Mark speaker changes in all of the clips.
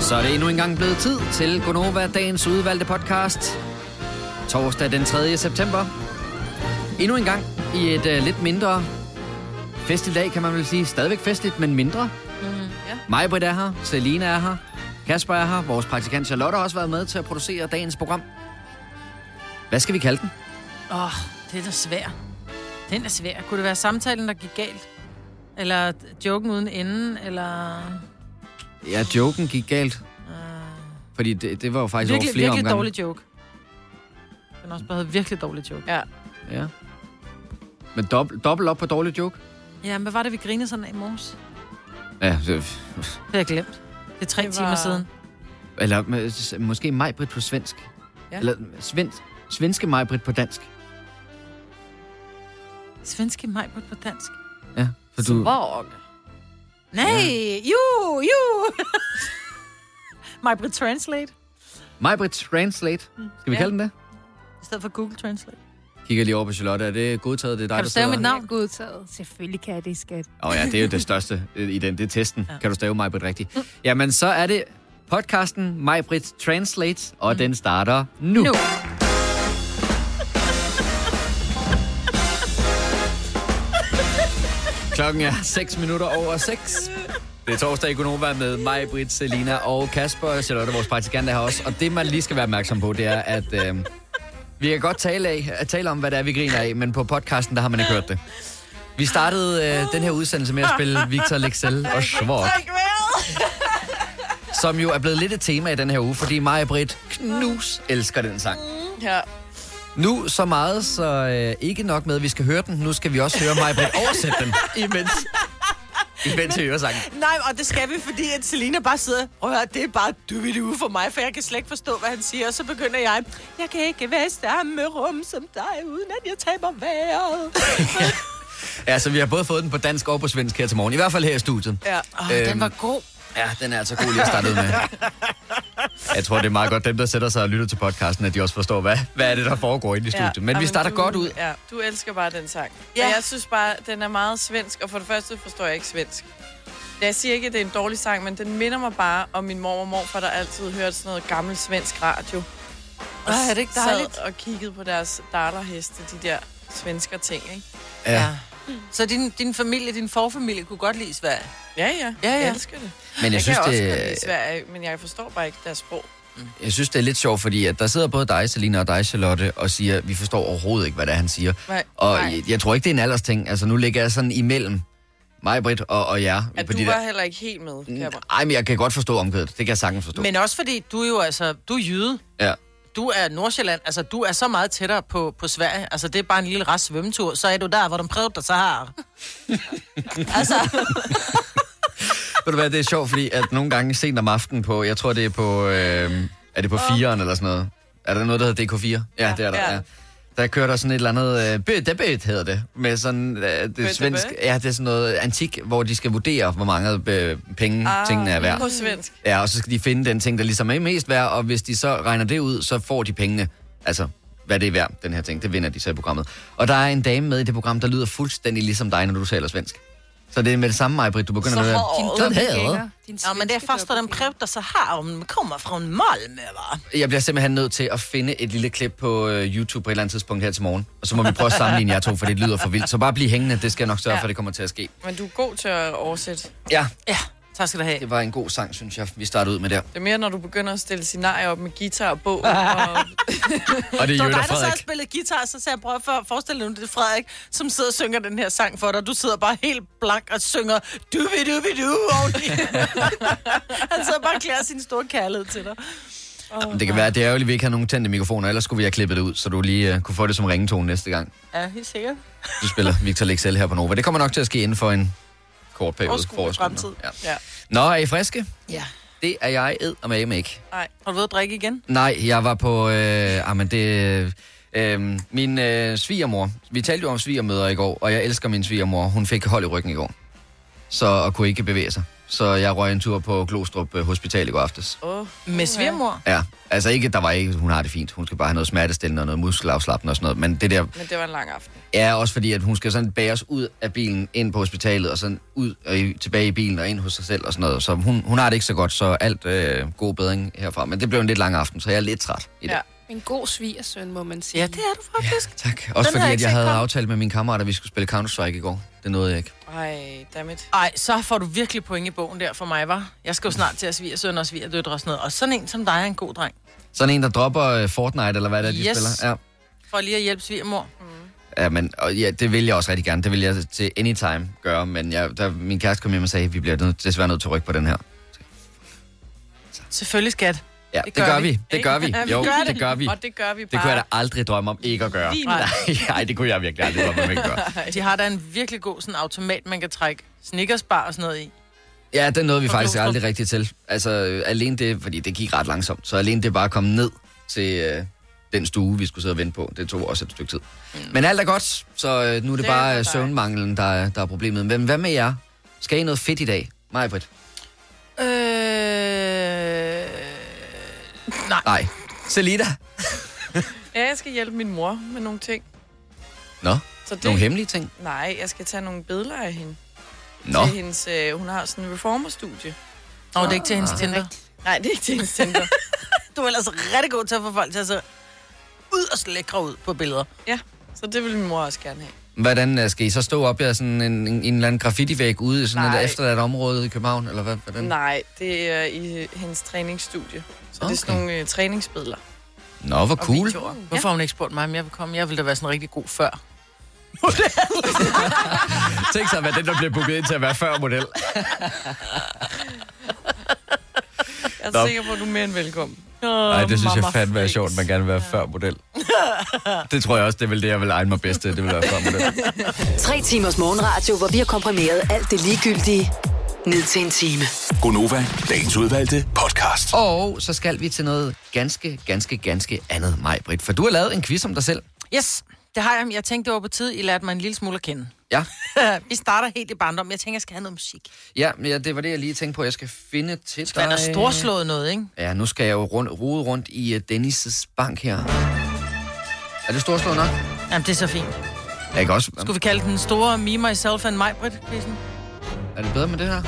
Speaker 1: Så er det endnu engang blevet tid til Gonova, dagens udvalgte podcast. Torsdag den 3. september. Endnu en gang i et uh, lidt mindre festligt dag, kan man vel sige. Stadigvæk festligt, men mindre.
Speaker 2: Mm, ja.
Speaker 1: Majbrit er her, Selina er her, Kasper er her, vores praktikant Charlotte har også været med til at producere dagens program. Hvad skal vi kalde den?
Speaker 2: Åh, oh, det er da svært. Den er svær. Kunne det være samtalen, der gik galt? Eller joken uden enden? Eller...
Speaker 1: Ja, joken gik galt.
Speaker 2: Uh,
Speaker 1: Ah. Fordi det, det var jo faktisk
Speaker 2: virkelig,
Speaker 1: over flere
Speaker 2: virkelig
Speaker 1: omgange.
Speaker 2: dårlig joke. Den er også bare hedder virkelig dårlig joke.
Speaker 3: Ja.
Speaker 1: Ja. Men dobbelt, dobbelt op på dårlig joke?
Speaker 2: Ja, men hvad var det, vi grinede sådan af i morges? Det
Speaker 1: Ja, det-
Speaker 2: har jeg glemt. Det er tre
Speaker 3: Det
Speaker 2: det
Speaker 3: var-
Speaker 2: var... timer siden.
Speaker 1: eller med- s- måske Majbrit på svensk.
Speaker 3: Ja.
Speaker 1: Ja. Eller øh, svensk, svenske Majbrit på dansk.
Speaker 2: Svenske majbut på dansk.
Speaker 1: Ja, for du,
Speaker 3: Svag.
Speaker 2: Nej, ja. ju, ju. Majbrit Translate.
Speaker 1: Majbrit Translate. Skal vi
Speaker 2: Ja.
Speaker 1: kalde den det?
Speaker 2: I stedet for Google Translate.
Speaker 1: Kigger lige over på Charlotte. Er det godtaget? Det er dig,
Speaker 2: Kan du
Speaker 1: der
Speaker 2: stave
Speaker 1: sidder
Speaker 2: mit
Speaker 1: her?
Speaker 2: navn?
Speaker 4: Godtaget. Selvfølgelig kan jeg det, skat.
Speaker 1: Åh oh, ja, det er jo det største øh, i den. Det er testen.
Speaker 2: Ja.
Speaker 1: Ja. Kan du stave Majbrit rigtigt? Jamen, så er det podcasten Majbrit Translate, og mm. den starter nu.
Speaker 2: Nu.
Speaker 1: Klokken er 6 minutter over 6. Det er torsdag i Gunova med mig, Britt, Selina og Kasper. Charlotte, vores praktikant, er her også. Og det, man lige skal være opmærksom på, det er, at øh, vi kan godt tale, af, at tale om, hvad det er, vi griner af, men på podcasten, der har man ikke hørt det. Vi startede øh, den her udsendelse med at spille Victor Lexel og Schwarz, som jo er blevet lidt et tema i den her uge, fordi mig og Britt knus elsker den sang.
Speaker 2: Mm.
Speaker 3: Ja.
Speaker 1: Nu så meget, så øh, ikke nok med, at vi skal høre den. Nu skal vi også høre mig Britt oversætte den, imens, imens vi hører sangen.
Speaker 5: Nej, og det skal vi, fordi at Selina bare sidder, prøv at høre, det er bare dybt ude for mig, for jeg kan slet ikke forstå, hvad han siger. Og så begynder jeg, jeg kan ikke være samme rum som dig, uden at jeg taber vejret.
Speaker 1: Ja, så vi har både fået den på dansk og på svensk her til morgen. I hvert fald her i studiet.
Speaker 5: Ja.
Speaker 2: Oh, øhm.
Speaker 1: Øhm.
Speaker 2: Den var god.
Speaker 1: Ja, den er altså god lige at starte ud med. Jeg tror, det er meget godt dem, der sætter sig og lytter til podcasten, at de også forstår, hvad, hvad er det, der foregår inde i studiet. Ja, men vi
Speaker 3: Jamen,
Speaker 1: starter
Speaker 3: du,
Speaker 1: godt ud.
Speaker 3: Ja, du elsker bare den sang. Ja.
Speaker 5: Ja.
Speaker 3: Og jeg synes bare, den er meget svensk, og for det første forstår jeg ikke svensk. Jeg siger ikke, at det er en dårlig sang, men den minder mig bare om min mor og morfar, der altid hørte sådan noget gammel svensk radio. Og
Speaker 2: Ej, er det ikke dejligt?
Speaker 3: Sad og kiggede på deres darterheste, de der svensker ting, ikke? Mm.
Speaker 1: Ja.
Speaker 2: Så din, din familie, din forfamilie kunne godt lide Sverige?
Speaker 3: Ja, ja.
Speaker 2: Ja, ja.
Speaker 3: Jeg elsker det.
Speaker 1: Men
Speaker 3: Jeg,
Speaker 1: jeg synes,
Speaker 3: kan også godt
Speaker 1: det,
Speaker 3: lide Sverige, men jeg forstår bare ikke deres sprog.
Speaker 1: jeg synes, det er lidt sjovt, fordi at der sidder både dig, Selina, og dig, Charlotte, og siger, at vi forstår overhovedet ikke, hvad det er, han siger.
Speaker 3: Nej.
Speaker 1: Og
Speaker 3: Nej.
Speaker 1: jeg, jeg tror ikke, det er en aldersting. Altså, nu ligger jeg sådan imellem mig, Britt, og, og jer.
Speaker 3: At du var heller ikke helt med, kan jeg bare-
Speaker 1: Ej, men jeg kan godt forstå omkødet. Det kan jeg sagtens forstå.
Speaker 2: Men også fordi, Mm. du er jo altså, du er jyde.
Speaker 1: Ja.
Speaker 2: Du er Nordsjælland, altså du er så meget tættere på, på Sverige. Altså det er bare en lille rest svømmetur. Så er du der, hvor de prøver dig så her. altså,
Speaker 1: Ved du hvad, det er sjovt, fordi at nogle gange sent om aftenen på, jeg tror det er på, øh, er det på 4'eren eller sådan noget? Er der noget, der hedder DK4? Ja, ja det er der,
Speaker 3: ja.
Speaker 1: ja. Der kører der sådan et eller andet, øh, bødebød hedder det, med sådan, øh, det er
Speaker 3: Bødebød?
Speaker 1: svensk, ja, det er sådan noget antik, hvor de skal vurdere, hvor mange øh, penge ah, tingene er værd.
Speaker 3: På svensk.
Speaker 1: Ja, og så skal de finde den ting, der ligesom er mest værd, og hvis de så regner det ud, så får de pengene. Altså, hvad det er værd, den her ting. Det vinder de så i programmet. Og der er en dame med i det program, der lyder fuldstændig ligesom dig, når du taler svensk. Så det er med det samme, Maj-Britt, du begynder
Speaker 3: Så
Speaker 1: at høre.
Speaker 3: hård.
Speaker 1: "Din dumme hæder."
Speaker 2: ja, men det er først, når de prøver dig så her, om de kommer fra en Malmø, var.
Speaker 1: Jeg bliver simpelthen nødt til at finde et lille klip på øh, YouTube på et eller andet tidspunkt her til morgen. Og så må vi prøve at sammenligne jer to, for det lyder for vildt. Så bare bliv hængende, det skal jeg nok sørge
Speaker 3: Ja.
Speaker 1: ja. for, at det kommer til at ske.
Speaker 3: Men du er god til at oversætte.
Speaker 1: Ja,
Speaker 2: Ja, tak skal du have.
Speaker 1: det var en god sang, synes jeg, vi startede ud med der.
Speaker 3: Det er mere, når du begynder at stille scenarier op med guitar og bog. og
Speaker 1: Og det
Speaker 2: Det
Speaker 1: er
Speaker 2: var
Speaker 1: Jøda
Speaker 2: dig, der sad og
Speaker 1: Frederik.
Speaker 2: spillede guitar, så sagde jeg, prøv at for- forestille dig, nu, det er Frederik, som sidder og synger den her sang for dig. og Du sidder bare helt blank og synger du vi du vi du oveni. Han sidder bare og klæder sin store kærlighed til dig.
Speaker 1: Jamen, Det kan være, at det er ærgerligt, at vi ikke har nogen tændte mikrofoner, ellers skulle vi have klippet det ud, så du lige øh, kunne få det som ringetone næste gang.
Speaker 2: Ja, helt sikkert.
Speaker 1: Du spiller Victor Lexel her på Nova. Det kommer nok til at ske inden for en kort periode.
Speaker 3: Overskuelig
Speaker 1: Forårskuelig.
Speaker 3: fremtid.
Speaker 1: Ja.
Speaker 3: ja.
Speaker 1: Nå, er I friske?
Speaker 2: Ja.
Speaker 1: Det er jeg ed og med ikke.
Speaker 3: Nej.
Speaker 2: Har du været at drikke igen?
Speaker 1: Nej, jeg var på... Øh, ah, men det, øh, min øh, svigermor... Vi talte jo om svigermøder i går, og jeg elsker min svigermor. Hun fik hold i ryggen i går. så, og kunne ikke bevæge sig. Så jeg røg en tur på Glostrup øh, Hospital i går aftes.
Speaker 3: Åh,
Speaker 2: Med svigermor.
Speaker 1: Ja, altså ikke, der var ikke, hun har det fint. Hun skal bare have noget smertestillende og noget muskelafslappende og sådan noget. Men det der
Speaker 3: men det var en lang aften.
Speaker 1: er også fordi, at hun skal sådan bæres ud af bilen, ind på hospitalet, og sådan ud og i, tilbage i bilen og ind hos sig selv og sådan noget. Så hun, hun har det ikke så godt, så alt øh, god bedring herfra. Men det blev en lidt lang aften, så jeg er lidt træt i dag.
Speaker 3: Ja.
Speaker 1: Ja.
Speaker 6: En god svigersøn, må man sige.
Speaker 2: Ja, det er du faktisk.
Speaker 1: Tak. Også
Speaker 2: Den har
Speaker 1: fordi,
Speaker 2: jeg
Speaker 1: at
Speaker 2: ikke
Speaker 1: jeg
Speaker 2: set
Speaker 1: havde
Speaker 2: komme.
Speaker 1: aftalt med min kammerat, at vi skulle spille Counter-Strike i går. Det nåede jeg ikke.
Speaker 3: Ej, dammit.
Speaker 2: Ej, så får du virkelig point i bogen der for mig, var. Jeg skal jo snart til at svige søn og svige døtre og sådan noget. Og sådan en som dig er en god dreng.
Speaker 1: Sådan en, der dropper øh, Fortnite, eller hvad det er, de
Speaker 2: Yes.
Speaker 1: spiller. Ja.
Speaker 2: For lige at hjælpe svigermor.
Speaker 1: Ja, men, og ja, det vil jeg også rigtig gerne. Det vil jeg til anytime gøre, men jeg, da min kæreste kom hjem og sagde, at vi bliver nødt, desværre nødt til at rykke på den her.
Speaker 2: Selvfølgelig, skat.
Speaker 1: Ja, det, gør, vi. Det gør vi.
Speaker 2: Ja, vi
Speaker 1: Jo,
Speaker 2: gør
Speaker 1: det gør vi.
Speaker 3: Og det gør vi
Speaker 1: Det
Speaker 3: bare.
Speaker 1: kunne jeg da aldrig drømme om ikke at gøre.
Speaker 3: Lige nu.
Speaker 1: Nej, nej, det kunne jeg virkelig aldrig drømme om ikke at gøre.
Speaker 2: De har da en virkelig god sådan automat, man kan trække snickersbar og sådan noget i.
Speaker 1: Ja, den nåede vi
Speaker 2: Og
Speaker 1: faktisk
Speaker 2: Glostrup.
Speaker 1: aldrig rigtigt til. Altså, øh, alene det, fordi det gik ret langsomt, så alene det bare at komme ned til øh, den stue, vi skulle sidde og vente på, det tog også et stykke tid. Men alt er godt, så øh, nu er
Speaker 3: Det
Speaker 1: det, det
Speaker 3: er
Speaker 1: bare øh,
Speaker 3: dejligt.
Speaker 1: søvnmanglen, der, er- der er problemet. Men hvad med jer? Skal I noget fedt i dag? Mig, Britt?
Speaker 2: Øh... Nej.
Speaker 1: Nej. Selina?
Speaker 3: Ja, jeg skal hjælpe min mor med nogle ting.
Speaker 1: Nå,
Speaker 3: Så det...
Speaker 1: nogle hemmelige ting?
Speaker 3: Nej, jeg skal tage nogle billeder af hende.
Speaker 1: Nå,
Speaker 3: Til hendes, øh, hun har sådan en reformerstudie.
Speaker 2: Nå, det er ikke til hendes Tinder.
Speaker 3: Nej, det er ikke til hendes Tinder.
Speaker 2: Du er ellers rigtig god til at få folk til at se ud og slækre ud på billeder.
Speaker 3: ja, så det vil min mor også gerne have.
Speaker 1: hvordan øh, skal I så stå op i sådan en, en, en eller anden graffitivæg ude i sådan
Speaker 3: Nej.
Speaker 1: et efterladt område i København? Eller hvad, hvordan?
Speaker 3: Nej, det er i øh, hendes træningsstudie. Så okay. det er sådan
Speaker 1: Okay.
Speaker 3: nogle øh, træningsbilleder.
Speaker 1: Nå, hvor cool.
Speaker 3: videoer. Ja.
Speaker 2: Hvorfor har hun ikke spurgt mig, om jeg vil komme? Jeg ville da være sådan rigtig god før.
Speaker 1: Tænk sig at være den, der bliver booket ind til at være før model.
Speaker 3: Jeg er
Speaker 1: Nå.
Speaker 3: sikker på, at du er mere end velkommen.
Speaker 1: Nej, det synes jeg
Speaker 2: Mama
Speaker 1: fandme er
Speaker 2: Frix.
Speaker 1: sjovt, man gerne vil være før model. Det tror jeg også, det er vel det, jeg vil egne mig bedst til, det vil være før model.
Speaker 7: Tre timers morgenradio, hvor vi har komprimeret alt det ligegyldige ned til en time.
Speaker 8: Gonova, dagens udvalgte podcast.
Speaker 1: Og så skal vi til noget ganske, ganske, ganske andet, mig, Britt. For du har lavet en quiz om dig selv.
Speaker 2: Yes, det har jeg. Jeg tænkte, det var på tid, I lærte mig en lille smule at kende.
Speaker 1: Ja,
Speaker 2: Vi starter helt i barndom. Jeg tænker, jeg skal have noget musik.
Speaker 1: ja, men ja det var det, jeg lige tænkte på, jeg skal finde til
Speaker 2: Man er
Speaker 1: dig.
Speaker 2: storslået noget, ikke?
Speaker 1: Ja, nu skal jeg jo rundt, rode rundt i uh, Dennis' bank her. Er det storslået nok?
Speaker 2: Jamen, det er så fint.
Speaker 1: Jeg kan også...
Speaker 2: Skulle vi kalde den store Me, Myself and My, Britt? quizzen?
Speaker 1: Er det bedre med det her?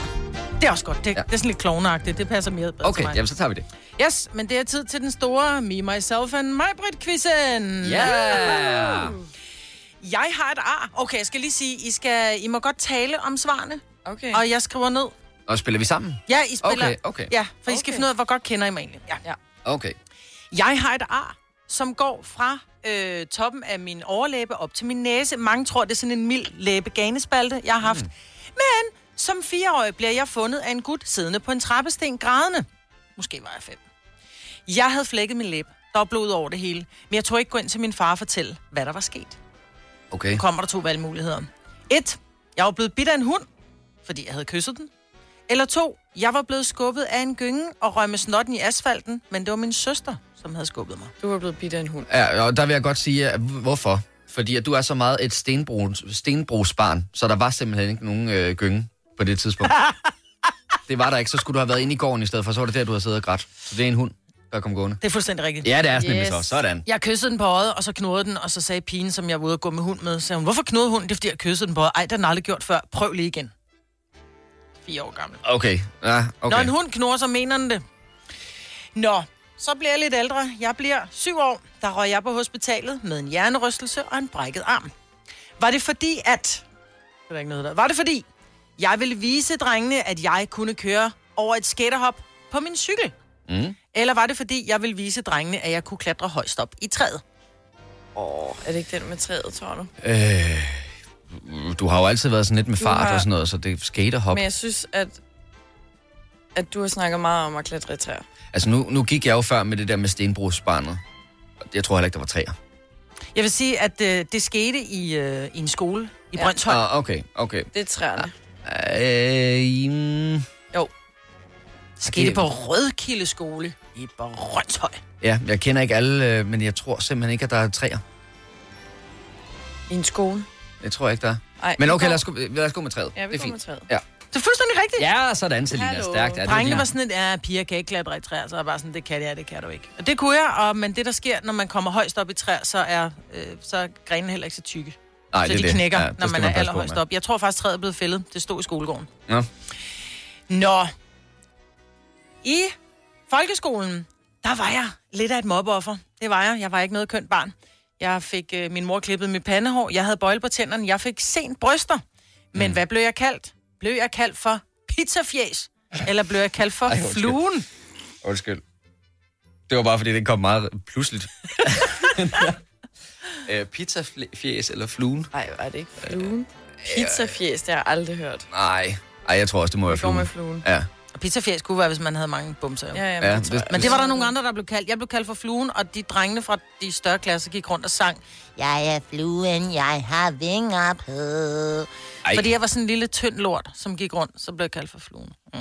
Speaker 2: Det er også godt. Det, ja.
Speaker 1: Ja.
Speaker 2: det er sådan lidt klovnagtigt. Det passer mere bedre til
Speaker 1: Okay,
Speaker 2: mig.
Speaker 1: jamen så tager vi det.
Speaker 2: Yes, men det er tid til den store Me, Myself and My, Britt quizzen
Speaker 1: Ja! Yeah!
Speaker 2: Jeg har et ar. Okay, jeg skal lige sige, I, skal, I må godt tale om svarene.
Speaker 3: Okay.
Speaker 2: Og jeg skriver ned.
Speaker 1: Og spiller vi sammen?
Speaker 2: Ja, I spiller.
Speaker 1: Okay, okay.
Speaker 2: Ja, for I skal
Speaker 3: Okay.
Speaker 2: finde ud af, hvor godt kender I mig egentlig. Ja.
Speaker 1: Okay.
Speaker 2: Jeg har et ar, som går fra øh, toppen af min overlæbe op til min næse. Mange tror, det er sådan en mild læbeganespalte, jeg har haft. Mm. Men som fireårig bliver jeg fundet af en gut siddende på en trappesten grædende. Måske var jeg fem. Jeg havde flækket min læbe. Der var blod over det hele. Men jeg tog ikke gå ind til min far og fortælle, hvad der var sket.
Speaker 1: Okay.
Speaker 2: Nu kommer der to valgmuligheder. Et, jeg var blevet bidt af en hund, fordi jeg havde kysset den. Eller to, jeg var blevet skubbet af en gynge og røg med snotten i asfalten, men det var min søster, som havde skubbet mig.
Speaker 3: Du er blevet bidt af en hund.
Speaker 1: Ja, og der vil jeg godt sige, at hvorfor? Fordi at du er så meget et stenbro, stenbrugsbarn, så der var simpelthen ikke nogen øh, gynge på det tidspunkt. det var der ikke, så skulle du have været inde i gården i stedet for, så var det der, du havde siddet og grædt. Så det er en hund, der kom gående.
Speaker 2: Det er fuldstændig rigtigt.
Speaker 1: Ja, det er sådan yes.
Speaker 3: Yes.
Speaker 1: så. Sådan.
Speaker 2: Jeg kyssede den på øjet, og så knurrede den, og så sagde pigen, som jeg var ude at gå med hund med, sagde hun, hvorfor knurrede hunden? Det er, fordi jeg kyssede den på øjet. Ej, det har den aldrig gjort før. Prøv lige igen. Fire år gammel.
Speaker 1: Okay, ja,
Speaker 2: Okay. Når
Speaker 1: okay.
Speaker 2: en hund knurrer, så mener den det. Nå, så bliver jeg lidt ældre. Jeg bliver syv år. Der røg jeg på hospitalet med en hjernerystelse og en brækket arm. Var det fordi, at... Det er der ikke noget der. Var det fordi, jeg ville vise drengene, at jeg kunne køre over et skaterhop på min cykel?
Speaker 1: Mm.
Speaker 2: Eller var det fordi, jeg ville vise drengene, at jeg kunne klatre højst op i træet?
Speaker 3: Er det ikke den med træet, tror du?
Speaker 1: Øh, du har jo altid været sådan lidt med
Speaker 3: Du
Speaker 1: fart
Speaker 3: har-
Speaker 1: og sådan noget, så det er skaterhop.
Speaker 3: Men jeg synes, at, at du har snakket meget om at klatre i træer.
Speaker 1: Altså nu, nu gik jeg jo før med det der med stenbrugsbarnet. Jeg tror heller ikke, der var træer.
Speaker 2: Jeg vil sige, at øh, det skete i, øh, i en skole i ja. Brøndshøj.
Speaker 1: Ah, okay, okay.
Speaker 3: Det er træerne.
Speaker 1: Øh, mm,
Speaker 2: Skete
Speaker 1: Ah, det-
Speaker 2: på Rødkilde skole i Brøndshøj.
Speaker 1: ja, jeg kender ikke alle, øh, men jeg tror simpelthen ikke, at der er træer.
Speaker 3: I en skole.
Speaker 1: Det tror jeg ikke, der er.
Speaker 3: Ej,
Speaker 1: Men
Speaker 3: vi
Speaker 1: okay,
Speaker 3: går-
Speaker 1: lad os gå, lad os gå med træet.
Speaker 3: Ja, vi
Speaker 1: det er
Speaker 3: går med
Speaker 1: fint.
Speaker 3: træet.
Speaker 1: Ja.
Speaker 2: Det er fuldstændig rigtigt.
Speaker 1: Ja, sådan, Selina.
Speaker 3: Hallo.
Speaker 1: Stærkt. Ja, det er
Speaker 2: Drengene
Speaker 1: din-
Speaker 2: var sådan et, ja, piger kan ikke klatre i træer, så jeg bare sådan, det kan jeg, det kan du ikke. Og det kunne jeg, og, men det der sker, når man kommer højst op i træer, så er, øh, så er grenene heller ikke så tykke.
Speaker 1: Nej,
Speaker 2: så
Speaker 1: det er
Speaker 2: de
Speaker 1: det.
Speaker 2: knækker,
Speaker 1: Ja, det
Speaker 2: når
Speaker 1: skal
Speaker 2: man,
Speaker 1: man
Speaker 2: er
Speaker 1: passe på
Speaker 2: allerhøjst
Speaker 1: med.
Speaker 2: op. Jeg tror faktisk, træet er blevet fældet. Det stod i skolegården.
Speaker 1: Nå.
Speaker 2: Nå. I folkeskolen, der var jeg lidt af et mobbeoffer. Det var jeg. Jeg var ikke noget kønt barn. Jeg fik øh, min mor klippet mit pandehår. Jeg havde bøjle på tænderne. Jeg fik sent bryster. Men mm. hvad blev jeg kaldt? Blev jeg kaldt for pizzafjæs? Eller blev jeg kaldt for
Speaker 1: Ej,
Speaker 2: Ej,
Speaker 1: undskyld.
Speaker 2: fluen?
Speaker 1: Undskyld. Det var bare, fordi det kom meget pludseligt. øh, pizzafjæs eller fluen?
Speaker 3: Nej, var det ikke fluen? Pizzafjæs, det har jeg aldrig hørt.
Speaker 1: Nej. Ej, jeg tror også, det må være
Speaker 3: Det går
Speaker 1: fluen.
Speaker 3: med fluen.
Speaker 1: Ja.
Speaker 2: Og Pizzafjæs kunne være, hvis man havde mange bumser. Jo.
Speaker 3: Ja, ja,
Speaker 1: Ja,
Speaker 3: men,
Speaker 1: det-
Speaker 3: det,
Speaker 2: Men det var der nogle andre, der blev kaldt. Jeg blev kaldt for fluen, og de drengene fra de større klasser gik rundt og sang. Jeg er fluen, jeg har vinger på.
Speaker 1: Ej.
Speaker 2: Ej. Fordi jeg var sådan en lille tynd lort, som gik rundt, så blev jeg kaldt for fluen. Mm.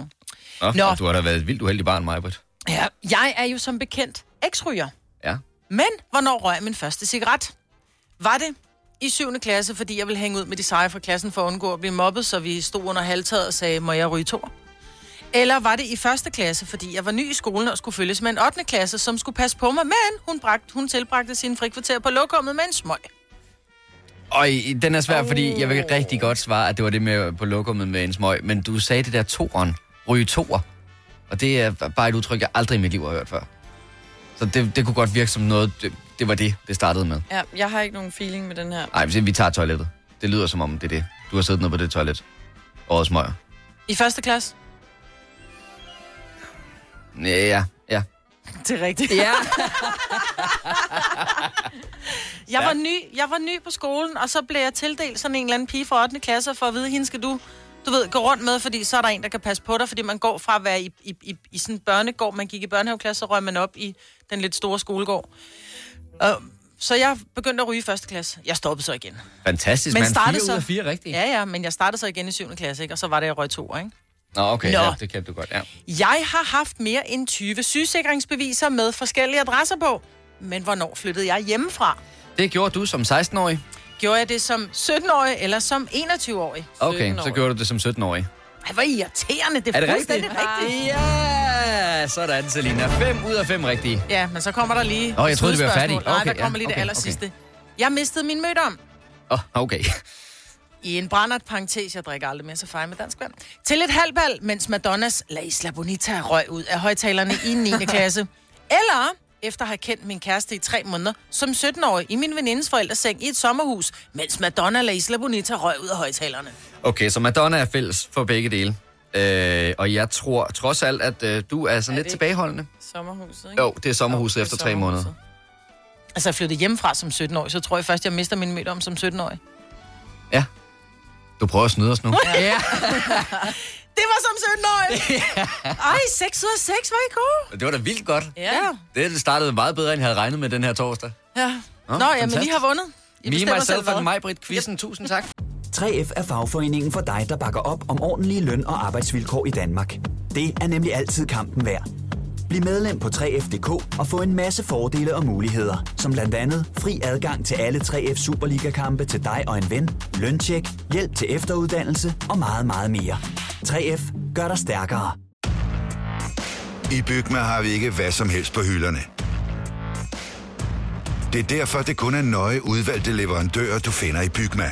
Speaker 1: Nå,
Speaker 2: Nå.
Speaker 1: Du har da været et vildt uheldig barn, Majbrit.
Speaker 2: Ja, jeg er jo som bekendt eksryger.
Speaker 1: Ja.
Speaker 2: Men hvornår røg jeg min første cigaret? Var det i 7. klasse, fordi jeg ville hænge ud med de seje fra klassen for at undgå at blive mobbet, så vi stod under halvtaget og sagde, må jeg ryge to? Eller var det i første klasse, fordi jeg var ny i skolen og skulle følges med en 8. klasse, som skulle passe på mig, men hun, bragte, hun tilbragte sine frikvarter på lokummet med en smøg.
Speaker 1: Og i- i- den er svær, fordi jeg vil rigtig godt svare, at det var det med på lokummet med en smøg, men du sagde det der toeren, ryge toer. Og det er bare et udtryk, jeg aldrig i mit liv har hørt før. Så det, det kunne godt virke som noget, det, det var det, det startede med.
Speaker 3: ja, jeg har ikke nogen feeling med den her.
Speaker 1: Nej, vi tager toilettet. Det lyder som om, det er det. Du har siddet nede på det toilet. Årets smøger.
Speaker 2: I første klasse?
Speaker 1: Ja, ja, ja.
Speaker 2: Det er rigtigt. Ja. jeg, var ny, jeg var ny på skolen, og så blev jeg tildelt sådan en eller anden pige fra 8. klasse for at vide, hende skal du, du ved, gå rundt med, fordi så er der en, der kan passe på dig, fordi man går fra at være i, i, i, i sådan en børnegård, man gik i børnehaveklasse, så røg man op i den lidt store skolegård. Og, så jeg begyndte at ryge i første klasse. Jeg stoppede så igen.
Speaker 1: Fantastisk,
Speaker 2: Men
Speaker 1: mand.
Speaker 2: startede
Speaker 1: Fire
Speaker 2: så-
Speaker 1: ud af fire, rigtigt?
Speaker 2: Ja, ja, men jeg startede så igen i 7. klasse, ikke? og så var det, jeg røg to, ikke?
Speaker 1: Nå, okay,
Speaker 2: Nå.
Speaker 1: ja, det kan du godt, ja.
Speaker 2: Jeg har haft mere end 20 sygesikringsbeviser med forskellige adresser på. Men hvornår flyttede jeg hjemmefra?
Speaker 1: Det gjorde du som 16-årig.
Speaker 2: Gjorde jeg det som 17-årig eller som 21-årig?
Speaker 1: Okay, så
Speaker 3: 17-årig.
Speaker 1: gjorde du det som 17-årig.
Speaker 2: Ej, hvor irriterende. Det er,
Speaker 1: Er det
Speaker 2: fuldstændig
Speaker 1: rigtigt?
Speaker 2: rigtigt?
Speaker 1: Ja, sådan, Selina. Fem ud af fem rigtige.
Speaker 2: Ja, men så kommer der lige...
Speaker 1: Nå, jeg troede, det var
Speaker 2: slutspørgsmål.
Speaker 1: færdigt.
Speaker 2: Nej,
Speaker 1: Okay,
Speaker 2: der kommer
Speaker 1: ja,
Speaker 2: lige det
Speaker 1: okay,
Speaker 2: allersidste. Jeg mistede min mødom.
Speaker 1: Åh, oh, okay.
Speaker 2: I en brændert parentes, jeg drikker aldrig mere så fejl med dansk vand. Til et halvbal, mens Madonnas La Isla Bonita røg ud af højtalerne i 9. klasse. Eller efter at have kendt min kæreste i tre måneder, som 17-årig i min venindes forældres seng i et sommerhus, mens Madonna La Isla Bonita røg ud af højtalerne.
Speaker 1: Okay, så Madonna er fælles for begge dele. Øh, og jeg tror trods alt, at øh, du
Speaker 3: Er
Speaker 1: er sådan lidt
Speaker 3: det ikke-
Speaker 1: tilbageholdende.
Speaker 3: Sommerhuset, ikke?
Speaker 1: Jo, det er sommerhuset
Speaker 3: Jo,
Speaker 1: efter
Speaker 3: det er
Speaker 1: tre måneder.
Speaker 3: sommerhuset.
Speaker 2: Altså, jeg flyttede hjemmefra som 17-årig, så tror jeg først, jeg mister min mødom om som 17-årig.
Speaker 1: Ja. Du prøver at snyde os nu. ja.
Speaker 2: Det var som 17-årig! Ej, 6 ud af 6, var I gode?
Speaker 1: Det var da vildt godt.
Speaker 3: Ja.
Speaker 1: Det startede meget bedre, end jeg havde regnet med den her torsdag.
Speaker 2: Ja.
Speaker 1: Nå,
Speaker 2: Nå, ja, men
Speaker 1: fantastisk.
Speaker 2: I har vundet. I
Speaker 1: Me,
Speaker 2: bestemmer selv,
Speaker 1: myself
Speaker 2: hvad.
Speaker 1: and mig, Britt Quizzen. Tusind tak.
Speaker 9: 3F er fagforeningen for dig, der bakker op om ordentlige løn- og arbejdsvilkår i Danmark. Det er nemlig altid kampen værd. Bliv medlem på 3F.dk og få en masse fordele og muligheder, som blandt andet fri adgang til alle 3F Superliga-kampe til dig og en ven, løntjek, hjælp til efteruddannelse og meget, meget mere. 3F gør dig stærkere.
Speaker 10: I Bygma har vi ikke hvad som helst på hylderne. Det er derfor, det kun er nøje udvalgte leverandører, du finder i Bygma.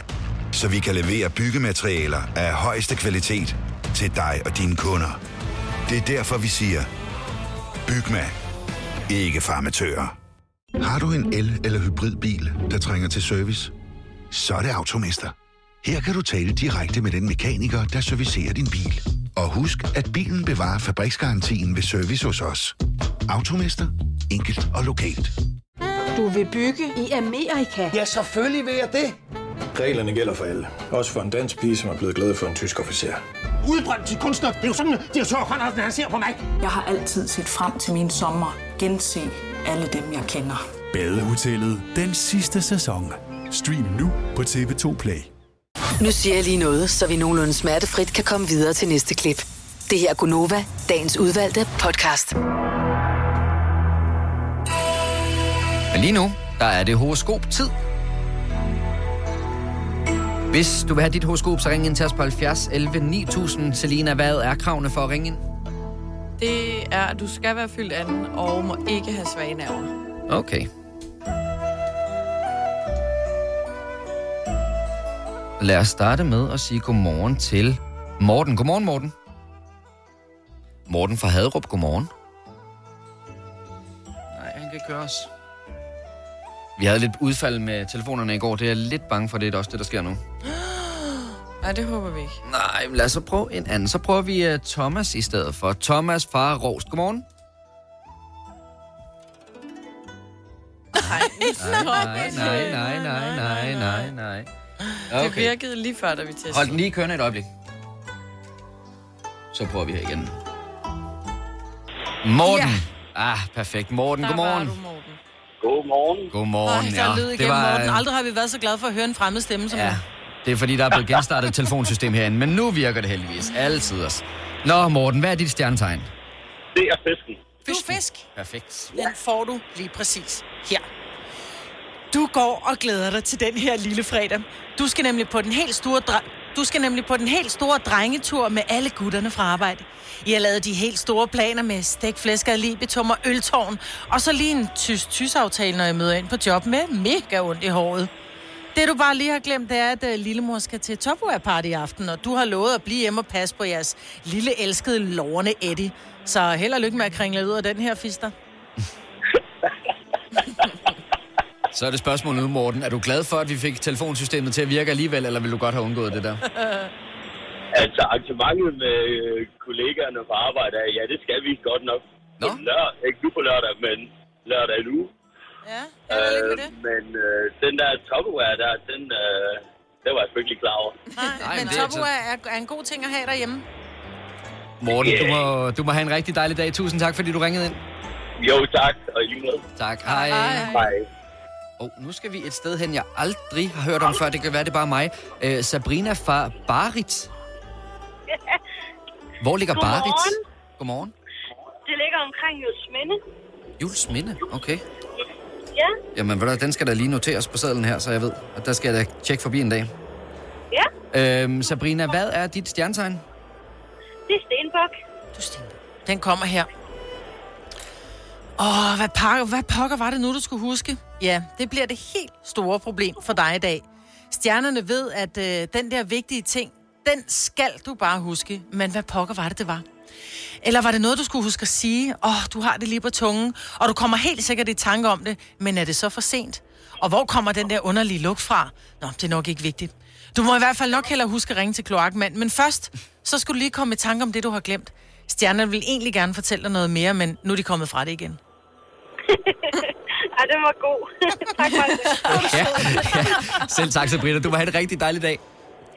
Speaker 10: Så vi kan levere byggematerialer af højeste kvalitet til dig og dine kunder. Det er derfor, vi siger, Bygma. Ikke farmatører. Har du en el- eller hybridbil, der trænger til service? Så er det Automester. Her kan du tale direkte med den mekaniker, der servicerer din bil. Og husk, at bilen bevarer fabriksgarantien ved service hos os. Automester. Enkelt og lokalt.
Speaker 4: Du vil bygge i Amerika?
Speaker 9: Ja, selvfølgelig vil jeg det.
Speaker 11: Reglerne gælder for alle. Også for en dansk pige, som er blevet glad for en tysk officer.
Speaker 9: Udbrøndt til kunstner. Det er jo sådan, at de har han ser på mig.
Speaker 5: Jeg har altid set frem til min sommer. Gense alle dem, jeg kender.
Speaker 11: Badehotellet den sidste sæson. Stream nu på TV2 Play.
Speaker 7: Nu siger jeg lige noget, så vi nogenlunde smertefrit kan komme videre til næste klip. Det her er Gunova, dagens udvalgte podcast.
Speaker 1: Men lige nu, der er det horoskop-tid. Hvis du vil have dit horoskop, så ring ind til os på 70 11 9000. Selina, hvad er kravene for at ringe ind?
Speaker 3: Det er, at du skal være fyldt anden og må ikke have svage nerver.
Speaker 1: Okay. Lad os starte med at sige godmorgen til Morten. Godmorgen, Morten. Morten fra Haderup, godmorgen. Nej, han kan ikke høre os. Vi havde lidt udfald med telefonerne i går. Det er jeg lidt bange for, det er også det, der sker nu.
Speaker 3: Nej, det håber vi ikke.
Speaker 1: Nej, men lad os så prøve en anden. Så prøver vi uh, Thomas i stedet for. Thomas fra Rost. Godmorgen.
Speaker 3: Nej,
Speaker 1: nej, nej, nej, nej, nej, nej, nej, nej.
Speaker 3: Det virkede lige før, da vi testede.
Speaker 1: Hold den lige kørende et øjeblik. Så prøver vi her igen. Morten. Ja. Ah, perfekt. Morten,
Speaker 3: Der
Speaker 1: godmorgen.
Speaker 3: var du, Morten.
Speaker 12: Godmorgen.
Speaker 1: Godmorgen,
Speaker 2: Ej, der er lyd igen,
Speaker 1: ja.
Speaker 2: Mm, det var, Morten. Aldrig har vi været så glade for at høre en fremmed stemme som ja.
Speaker 1: Ja, det er fordi, der er blevet genstartet et telefonsystem herinde, men nu virker det heldigvis. Altid os. Nå, Morten, hvad er dit stjernetegn?
Speaker 12: Det er fisken.
Speaker 2: Du er fisk.
Speaker 1: Perfekt.
Speaker 2: Den får du lige præcis her. Du går og glæder dig til den her lille fredag. Du skal nemlig på den helt store dre- du skal nemlig på den helt store drengetur med alle gutterne fra arbejde. I har lavet de helt store planer med stækflæsker, libetum og øltårn. Og så lige en tys-tys-aftale, når jeg møder ind på job med mega ondt i håret. Det du bare lige har glemt, det er, at øh, lillemor skal til Topware Party i aften, og du har lovet at blive hjemme og passe på jeres lille elskede lorne Eddie. Så held og lykke med at kringle ud af den her fister.
Speaker 1: Så er det spørgsmålet nu, Morten. Er du glad for, at vi fik telefonsystemet til at virke alligevel, eller vil du godt have undgået det der?
Speaker 12: Altså, arrangementet med øh, kollegaerne på arbejde, ja, det skal vi godt nok. Nå? På lørdag, ikke nu på lørdag, men lørdag i uge. Ja, øh, men øh, den der topware der, den, øh, den var jeg sgu ikke lige klar over.
Speaker 2: Nej, men
Speaker 1: det er
Speaker 2: Topware er, er en god ting at have derhjemme.
Speaker 1: Morten, du må, du må have en rigtig dejlig dag. Tusind tak, fordi du ringede ind.
Speaker 12: Jo, tak, og i lige måde.
Speaker 1: Tak. Hej.
Speaker 12: Hej.
Speaker 1: Og oh, nu skal vi et sted hen, jeg aldrig har hørt om før. Det kan være, det er bare mig. Øh, Sabrina fra Barit. Hvor ligger Barit?
Speaker 13: Godmorgen.
Speaker 1: Godmorgen.
Speaker 13: Det ligger omkring Julesminde.
Speaker 1: Julesminde. Okay.
Speaker 13: Ja,
Speaker 1: Jamen, ved du, hvad, den skal da lige noteres på sædlen her, så jeg ved, at der skal jeg da tjekke forbi en dag.
Speaker 13: ja.
Speaker 1: Øhm, Sabrina, hvad er dit stjernetegn?
Speaker 13: Det er Stenbok.
Speaker 2: Den kommer her. Åh, hvad, pakker, hvad pokker var det nu, du skulle huske? Ja, det bliver det helt store problem for dig i dag. Stjernerne ved, at øh, den der vigtige ting, den skal du bare huske. Men hvad pokker var det, det var? Eller var det noget, du skulle huske at sige? Åh, oh, du har det lige på tungen, og du kommer helt sikkert i tanke om det, men er det så for sent? Og hvor kommer den der underlige lugt fra? Nå, det er nok ikke vigtigt. Du må i hvert fald nok hellere huske at ringe til kloakmand, men først, så skulle du lige komme i tanke om det, du har glemt. Stjernerne vil egentlig gerne fortælle dig noget mere, men nu er de kommet fra det igen.
Speaker 13: Ej, den var god. tak for det.
Speaker 1: Ja. Selv tak, Sabrina. Du må have en rigtig dejlig dag.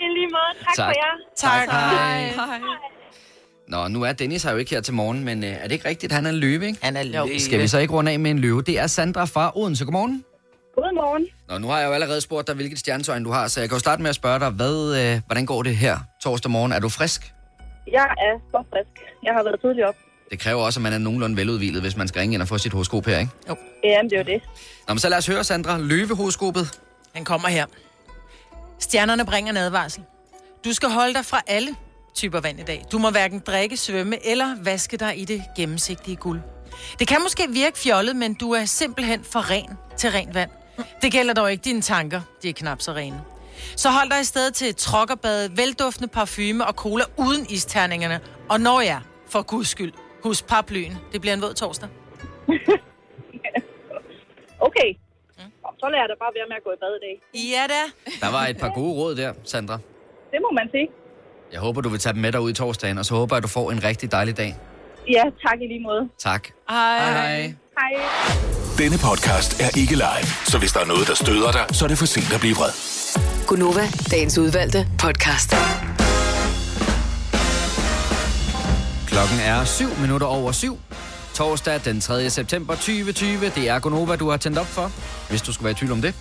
Speaker 13: I lige måde. Tak,
Speaker 1: Tak.
Speaker 13: for jer. Altså,
Speaker 1: Tak. Tak. Hej.
Speaker 13: Hej.
Speaker 1: Nå, nu er Dennis her jo ikke her til morgen, men øh, er det ikke rigtigt, han er en løve, ikke?
Speaker 2: Han er løve.
Speaker 1: Skal vi så ikke runde af med en løve? Det er Sandra fra Odense. Godmorgen.
Speaker 13: Godmorgen.
Speaker 1: Nå, nu har jeg jo allerede spurgt dig, hvilket stjernetegn du har, så jeg kan jo starte med at spørge dig, hvad, øh, hvordan går det her torsdag morgen? Er du frisk?
Speaker 13: Jeg er så frisk. Jeg har været tidligt op.
Speaker 1: Det kræver også, at man er nogenlunde veludvilet, hvis man skal ringe ind og få sit horoskop her, ikke?
Speaker 13: Jamen, det er jo det.
Speaker 1: Nå, men så lad os høre, Sandra. Løvehoroskopet.
Speaker 2: Han kommer her. Stjernerne bringer en advarsel. Du skal holde dig fra alle typer vand i dag. Du må hverken drikke, svømme eller vaske dig i det gennemsigtige guld. Det kan måske virke fjollet, men du er simpelthen for ren til rent vand. Det gælder dog ikke dine tanker. De er knap så rene. Så hold dig i stedet til trokkerbad, velduftende parfume og cola uden isterningerne. Og når jeg, for guds skyld, husk paraplyen. Det bliver en våd torsdag.
Speaker 13: Okay. Mm. Så lader jeg da bare være med at gå i bad i dag.
Speaker 2: Ja da.
Speaker 1: Der var et par gode råd der, Sandra.
Speaker 13: Det må man sige.
Speaker 1: Jeg håber, du vil tage dem med dig ud i torsdagen, og så håber jeg, du får en rigtig dejlig dag.
Speaker 13: Ja, tak i lige måde.
Speaker 1: Tak.
Speaker 2: Hej.
Speaker 1: Hej.
Speaker 13: Hej.
Speaker 8: Denne podcast er ikke live, så hvis der er noget, der støder dig, så er det for sent at blive vred.
Speaker 7: Gunova, dagens udvalgte podcast.
Speaker 1: Klokken er 7 minutter over 7. Torsdag den 3. september 2020. Det er Gonova, du har tændt op for, hvis du skulle være i tvivl om det.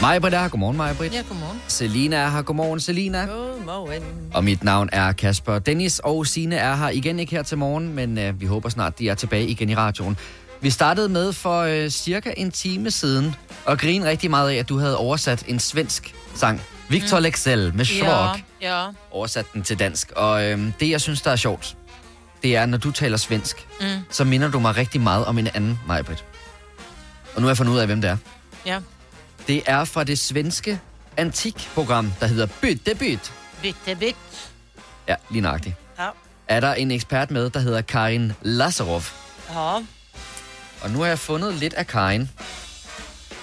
Speaker 1: Majbrit er her. Godmorgen, Majbrit.
Speaker 2: Ja, godmorgen.
Speaker 1: Selina er her. Godmorgen, Selina.
Speaker 3: Godmorgen.
Speaker 1: Og mit navn er Kasper Dennis, og Sine er her igen ikke her til morgen, men øh, vi håber snart, de er tilbage igen i radioen. Vi startede med for øh, cirka en time siden og grine rigtig meget af, at du havde oversat en svensk sang Victor Lexell med Schwag
Speaker 2: Mm. Ja, ja.
Speaker 1: oversat den til dansk. Og øhm, det, jeg synes, der er sjovt, det er, når du taler svensk,
Speaker 2: Mm.
Speaker 1: så minder du mig rigtig meget om en anden Majbrit. Og nu har jeg fundet ud af, hvem det er.
Speaker 2: Ja.
Speaker 1: Det er fra det svenske antikprogram, der hedder Bytte Byt.
Speaker 2: Bitte, bitte.
Speaker 1: Ja, lige nøjagtigt.
Speaker 2: Ja.
Speaker 1: Er der en ekspert med, der hedder Karin Lazarov.
Speaker 2: Ja.
Speaker 1: Og nu har jeg fundet lidt af Karin.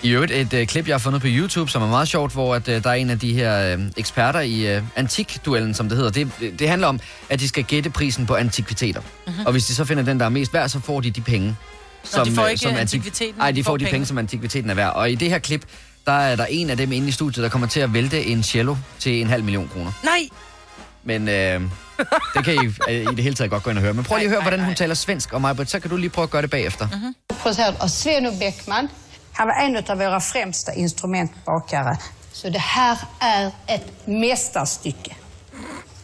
Speaker 1: I øvrigt et øh, klip, jeg har fundet på YouTube, som er meget sjovt, hvor at, øh, der er en af de her øh, eksperter i øh, antikduellen, som det hedder. Det, det handler om, at de skal gætte prisen på antikviteter.
Speaker 2: Mhm.
Speaker 1: Mm-hmm. Og hvis de så finder den, der er mest værd, så får de de penge.
Speaker 2: de får
Speaker 1: øh,
Speaker 2: ikke antikviteten,
Speaker 1: Nej, de
Speaker 2: de
Speaker 1: får
Speaker 2: får
Speaker 1: de penge,
Speaker 2: pengene.
Speaker 1: som antikviteten er værd. Og i det her klip, der er der en af dem inde i studiet, der kommer til at vælte en cello til en halv million kroner.
Speaker 2: Nej,
Speaker 1: Men øh, det kan I øh, i det hele taget godt gå ind og høre. Men prøv lige at høre, hvordan hun taler svensk, og Majbert, så kan du lige prøve at gøre det bagefter.
Speaker 2: Mhm.
Speaker 14: producent av Sveno Bäckman. Han var en av våra främsta instrumentbakare. Så det här är ett mästerstycke.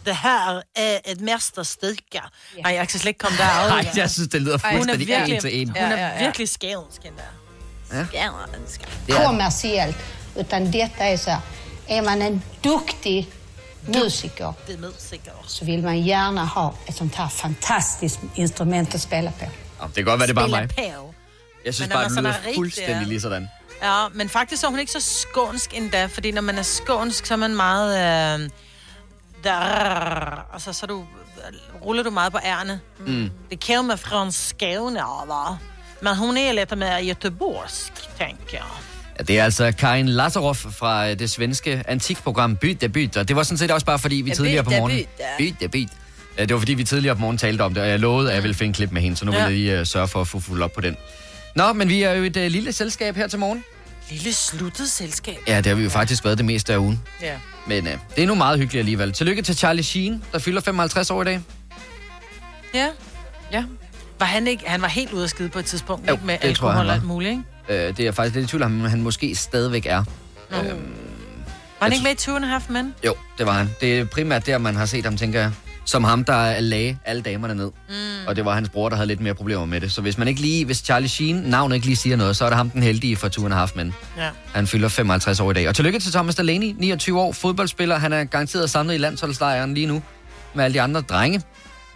Speaker 2: det her er et mesterstykke. Nej, jeg kan slet ikke komme derud.
Speaker 1: Nej, jeg synes, det lyder
Speaker 2: Ej, hun er
Speaker 1: fuldstændig
Speaker 2: virkelig-
Speaker 1: en til en.
Speaker 2: Hun er virkelig skævensk, hende der.
Speaker 1: Ja.
Speaker 2: Skævensk.
Speaker 14: Kommersiellt. Utan detta är så här, är man en duktig musiker
Speaker 2: Det musiker.
Speaker 14: så vill man gärna ha ett sånt här fantastiskt instrument att spela på.
Speaker 1: Nå, det kan godt være, det er bare mig.
Speaker 2: Pæv.
Speaker 1: Jeg synes
Speaker 2: Men
Speaker 1: bare,
Speaker 2: når
Speaker 1: det
Speaker 2: man
Speaker 1: lyder
Speaker 2: sådan er rigtig,
Speaker 1: fuldstændig ligesom
Speaker 2: ja.
Speaker 1: lige sådan.
Speaker 2: Ja, men faktisk er hun ikke så skånsk endda, fordi når man er skånsk, så er man meget... Øh, der, og så, så er du, ruller du meget på ærne.
Speaker 1: Mm.
Speaker 2: Det kommer fra Skåne, va? Men hun er lidt mere göteborgsk, tænker jeg.
Speaker 1: Ja, det er altså Karin Lazarov fra øh, det svenske antikprogram Byt der Byt, og det var sådan set også bare fordi, vi
Speaker 2: Ja,
Speaker 1: tidligere på
Speaker 2: Byt der
Speaker 1: morgenen...
Speaker 2: Byt, ja.
Speaker 1: Byt der Byt. Ja, det var fordi, vi tidligere på morgenen talte om det, og jeg lovede, at jeg ville finde et klip med hende, så nu vil
Speaker 2: Ja.
Speaker 1: jeg lige øh, sørge for at få fuldt op på den. Nå, men vi er jo et øh, lille selskab her til morgen.
Speaker 2: Lille sluttet selskab.
Speaker 1: Ja, det har vi jo faktisk været det meste af ugen.
Speaker 2: Ja.
Speaker 1: Men øh, det er nu meget hyggeligt alligevel. Tillykke til Charlie Sheen, der fylder 55 år i dag.
Speaker 2: Ja. Ja. Var han ikke... Han var helt ude at skide på et tidspunkt, jo, ikke? Med
Speaker 1: det tror jeg,
Speaker 2: alkohol
Speaker 1: han
Speaker 2: og
Speaker 1: var.
Speaker 2: alt muligt, ikke?
Speaker 1: Øh, det er jeg faktisk lidt i tvivl om, om han måske stadigvæk er.
Speaker 2: Nå.
Speaker 1: Øhm,
Speaker 2: Var han ikke med i 20 and a half men?
Speaker 1: Jo, det var han. Det er primært der, man har set ham, tænker jeg. Som ham, der lagde alle damerne ned. Mm. Og det var hans bror, der havde lidt mere problemer med det. Så hvis man ikke lige, hvis Charlie Sheen navn ikke lige siger noget, så er det ham den heldige for Turen Haft, men
Speaker 2: Ja.
Speaker 1: han fylder 55 år i dag. Og tillykke til Thomas Delaney, 29 år, fodboldspiller. Han er garanteret samlet i landsholdslejren lige nu med alle de andre drenge.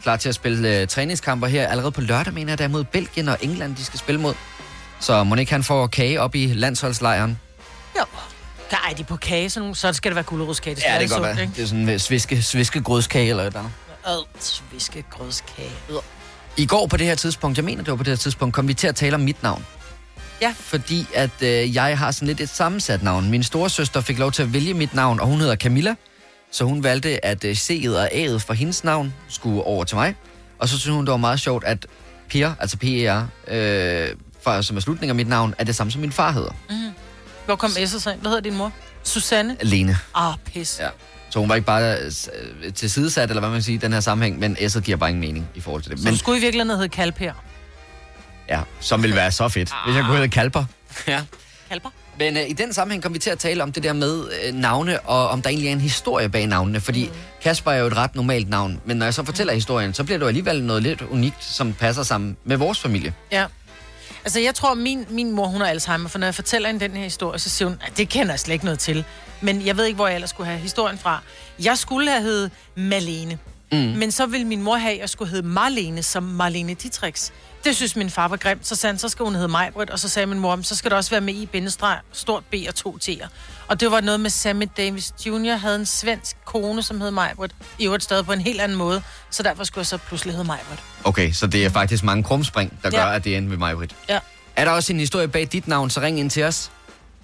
Speaker 1: Klar til at spille øh, træningskamper her allerede på lørdag, mener jeg, der er mod Belgien og England, de skal spille mod. Så må ikke han får kage op i landsholdslejren.
Speaker 2: Jo. Der er de på kage, sådan nogle, så skal det være gulerodskage.
Speaker 1: Ja, det kan godt være. Det er sådan en sviske, sviskegrødskage eller et eller andet.
Speaker 2: Alt viskegrødskage.
Speaker 1: I går på det her tidspunkt, jeg mener det var på det her tidspunkt, kom vi til at tale om mit navn.
Speaker 2: Ja.
Speaker 1: Fordi at øh, jeg har sådan lidt et sammensat navn. Min storesøster fik lov til at vælge mit navn, og hun hedder Camilla. Så hun valgte, at øh, C'et og A'et fra hendes navn skulle over til mig. Og så synes hun, det var meget sjovt, at Per, altså P-E-R, øh, fra, som er slutningen af mit navn, er det samme som min far hedder.
Speaker 2: Mm. Hvor kom S'er så ind? Hvad hedder din mor? Susanne?
Speaker 1: Lene.
Speaker 2: Ah, pis.
Speaker 1: Ja. Så hun var ikke bare øh, tilsidesat, eller hvad man siger, i den her sammenhæng, men S'et giver bare ingen mening i forhold til det.
Speaker 2: Så du skulle i virkeligheden hedde Kalper.
Speaker 1: Ja, som ville være så fedt, hvis jeg kunne hedde Kalper. Ah. Ja.
Speaker 2: Kalper?
Speaker 1: Men øh, i den sammenhæng kom vi til at tale om det der med øh, navne, og om der egentlig er en historie bag navnene. Fordi mm. Kasper er jo et ret normalt navn, men når jeg så fortæller historien, så bliver det jo alligevel noget lidt unikt, som passer sammen med vores familie.
Speaker 2: Ja. Altså, jeg tror, min, min mor, hun har Alzheimer, for når jeg fortæller hende den her historie, så siger hun, at det kender jeg slet ikke noget til. Men jeg ved ikke, hvor jeg ellers skulle have historien fra. Jeg skulle have heddet Malene. Mm. Men så ville min mor have, at jeg skulle hedde Marlene, som Marlene Dietrich. Det synes min far var grimt, så sagde han, så skal hun hedde Majbrit, og så sagde min mor, "Men så skal der også være med i bindestreg, stort B og to T'er. Og det var noget med Sammy Davis Jr. havde en svensk kone, som hed Majbrit, i øvrigt stadig på en helt anden måde, så derfor skulle jeg så pludselig hedde Majbrit.
Speaker 1: Okay, så det er faktisk mange krumspring, der
Speaker 2: Ja.
Speaker 1: ja. gør, at det ender med mig, Britt.
Speaker 2: Ja.
Speaker 1: Er der også en historie bag dit navn, så ring ind til os.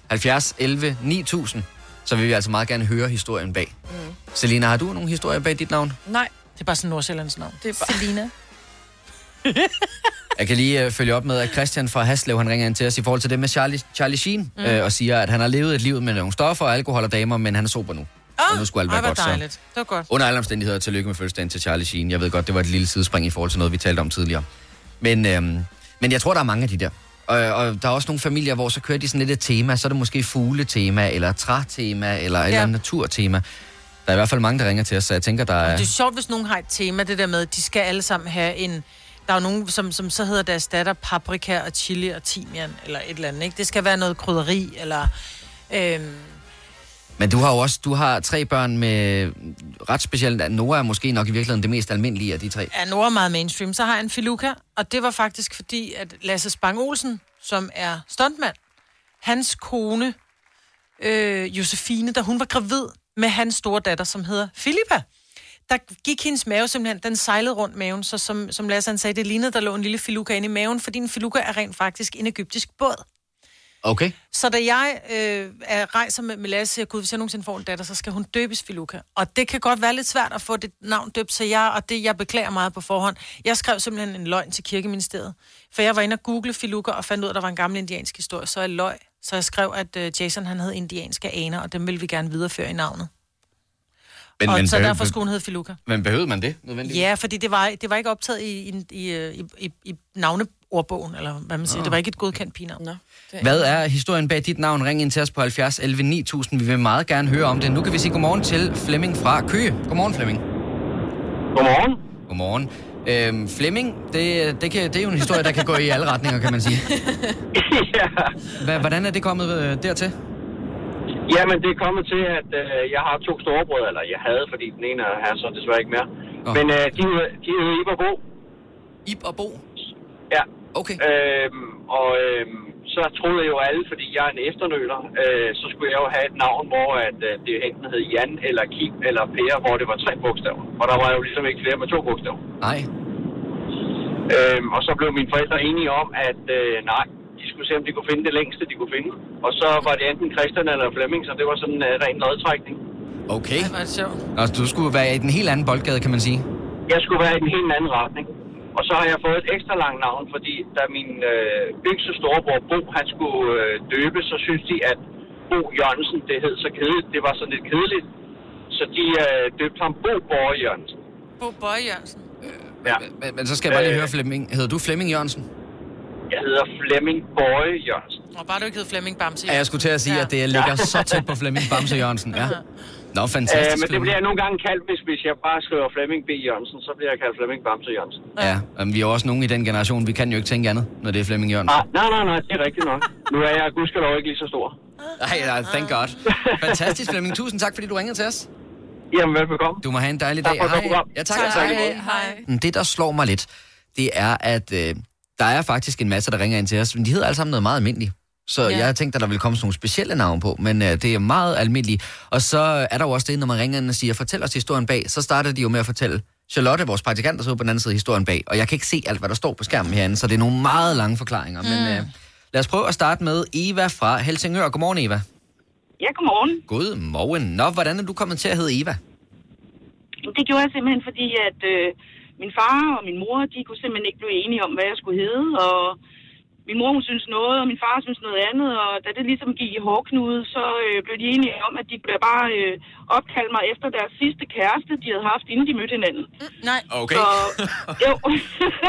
Speaker 1: 70 11 9000. Så vil vi altså meget gerne høre historien bag. Mm. Selina, har du nogen historie bag dit navn?
Speaker 3: Nej,
Speaker 2: det er bare sådan Nordsjællands navn.
Speaker 3: Det er bare... Selina.
Speaker 1: Jeg kan lige øh, følge op med, at Christian fra Haslev, han ringer ind til os i forhold til det med Charlie, Charlie Sheen,
Speaker 2: Mm.
Speaker 1: mm. øh, og siger, at han har levet et liv med nogle stoffer og alkohol og damer, men han er sober nu. Oh, og nu skulle alt være
Speaker 2: Ej, hvor
Speaker 1: godt,
Speaker 2: dejligt.
Speaker 1: så.
Speaker 2: Det var godt.
Speaker 1: Under alle omstændigheder, tillykke med fødselsdagen til Charlie Sheen. Jeg ved godt, det var et lille sidespring i forhold til noget, vi talte om tidligere. Men, øhm, men jeg tror, der er mange af de der. Og, og der er også nogle familier, hvor så kører de sådan lidt et tema, så er det måske fugletema, eller trætema, eller et eller andet naturtema. Der er i hvert fald mange, der ringer til os, så jeg tænker, der er...
Speaker 2: Det er sjovt, hvis nogen har et tema, det der med, at de skal alle sammen have en... Der er jo nogen, som, som så hedder deres datter paprika og chili og timian, eller et eller andet, ikke? Det skal være noget krydderi, eller... Øhm,
Speaker 1: Men du har jo også du har tre børn med ret specielt. Nora er måske nok i virkeligheden det mest almindelige af de tre.
Speaker 2: Ja, Nora er meget mainstream. Så har jeg en Filuka, og det var faktisk fordi, at Lasse Spang Olsen, som er stuntmand, hans kone, øh, Josefine, da hun var gravid med hans store datter, som hedder Filippa, der gik hendes mave simpelthen, den sejlede rundt maven, så som, som Lasse han sagde, det lignede, der lå en lille filuka inde i maven, fordi en filuka er rent faktisk en egyptisk båd.
Speaker 1: Okay.
Speaker 2: Så da jeg øh, er, rejser med, med Lasse, siger, gud, hvis jeg nogensinde får en datter, så skal hun døbes Filuka. Og det kan godt være lidt svært at få det navn døbt, så jeg, og det jeg beklager meget på forhånd. Jeg skrev simpelthen en løgn til kirkeministeriet, for jeg var inde og google Filuka og fandt ud, at der var en gammel indiansk historie, så jeg løg. Så jeg skrev, at øh, Jason han havde indianske aner, og dem ville vi gerne videreføre i navnet. Men, og men, så behøvede, derfor skulle hun hedde Filuka.
Speaker 1: Men behøvede man det nødvendigvis?
Speaker 2: Ja, fordi det var, det var ikke optaget i, i, i, i, i, i navneordbogen, eller hvad man siger. Oh. Det var ikke et godkendt pigenavn. No,
Speaker 1: er... Hvad er historien bag dit navn? Ring ind til os på 70 11 9000. Vi vil meget gerne høre om det. Nu kan vi sige godmorgen til Flemming fra Køge. Godmorgen, Flemming.
Speaker 15: Godmorgen.
Speaker 1: Godmorgen. Øhm, Flemming, det, det, kan, det er jo en historie, der kan gå i alle retninger, kan man sige.
Speaker 15: ja.
Speaker 1: Hva, hvordan er det kommet øh, dertil?
Speaker 15: Jamen, det er kommet til, at øh, jeg har to storebrødre, eller jeg havde, fordi den ene er så desværre ikke mere. Oh. Men øh, de, de hedder Ib og Bo.
Speaker 1: Ib og Bo?
Speaker 15: Ja.
Speaker 1: Okay.
Speaker 15: Øhm, og øhm, så troede jeg jo alle, fordi jeg er en efternøler, øh, så skulle jeg jo have et navn, hvor at, øh, det enten hed Jan, eller Kim, eller Per, hvor det var tre bogstaver. Og der var jo ligesom ikke flere med to bogstaver.
Speaker 1: Nej.
Speaker 15: Øhm, og så blev mine forældre enige om, at øh, nej, de skulle se, om de kunne finde det længste, de kunne finde. Og så var det enten Christian eller Flemming, så det var sådan en uh, ren lodtrækning.
Speaker 1: Okay.
Speaker 2: Det var sjovt.
Speaker 1: Altså, du skulle være i den helt anden boldgade, kan man sige.
Speaker 15: Jeg skulle være i den helt anden retning. Og så har jeg fået et ekstra langt navn, fordi da min øh, yngste storebror Bo, han skulle øh, døbe, så synes de, at Bo Jørgensen, det hed så kedeligt, det var sådan lidt kedeligt. Så de øh, døbte ham Bo Borg Jørgensen.
Speaker 2: Bo Borg Jørgensen?
Speaker 1: Øh, ja. Men, men så skal jeg bare lige øh, høre, Flemming. Hedder du Flemming Jørgensen?
Speaker 15: Jeg hedder Flemming Bøje Jørgensen.
Speaker 2: Og bare du ikke hedder Flemming Bamse
Speaker 1: Ja, jeg skulle til at sige, ja. at det ligger ja. så tæt på Flemming Bamse Jørgensen. Ja. Nå, fantastisk.
Speaker 15: Øh, men det bliver jeg nogle gange kaldt, hvis, hvis jeg bare skriver Flemming B. Jørgensen, så bliver jeg kaldt Flemming Bamse Jørgensen.
Speaker 1: Ja, ja men vi er jo også nogen i den generation, vi kan jo ikke tænke andet, når det er Flemming Jørgensen.
Speaker 15: Ah, nej, nej, nej, det er rigtigt nok. Nu er jeg gudskelov ikke lige så stor.
Speaker 1: Nej, nej, thank God. Fantastisk, Flemming. Tusind tak, fordi du ringede til os.
Speaker 15: Jamen, velbekomme.
Speaker 1: Du må have en dejlig
Speaker 15: tak
Speaker 1: dag.
Speaker 15: Tak for
Speaker 1: hej. Ja, tak.
Speaker 2: tak, tak. Hej, hej.
Speaker 1: Det, der slår mig lidt, det er, at øh, der er faktisk en masse, der ringer ind til os, men de hedder alle sammen noget meget almindeligt. Så ja. jeg har tænkt, at der vil komme sådan nogle specielle navne på, men øh, det er meget almindeligt. Og så er der jo også det, når man ringer ind og siger, fortæl os historien bag, så starter de jo med at fortælle Charlotte, vores praktikant, der sidder på den anden side af historien bag. Og jeg kan ikke se alt, hvad der står på skærmen herinde, så det er nogle meget lange forklaringer. Mm. Men øh, lad os prøve at starte med Eva fra Helsingør. Godmorgen, Eva.
Speaker 16: Ja, godmorgen.
Speaker 1: Godmorgen. Nå, hvordan er du kommet til at hedde Eva?
Speaker 16: Det gjorde jeg simpelthen, fordi at... Øh min far og min mor, de kunne simpelthen ikke blive enige om, hvad jeg skulle hedde, og min mor, hun synes noget, og min far synes noget andet, og da det ligesom gik i hårdknude, så øh, blev de enige om, at de blev bare øh, opkaldt mig efter deres sidste kæreste, de havde haft, inden de mødte hinanden.
Speaker 2: Mm, nej.
Speaker 1: Okay.
Speaker 16: Så, jo.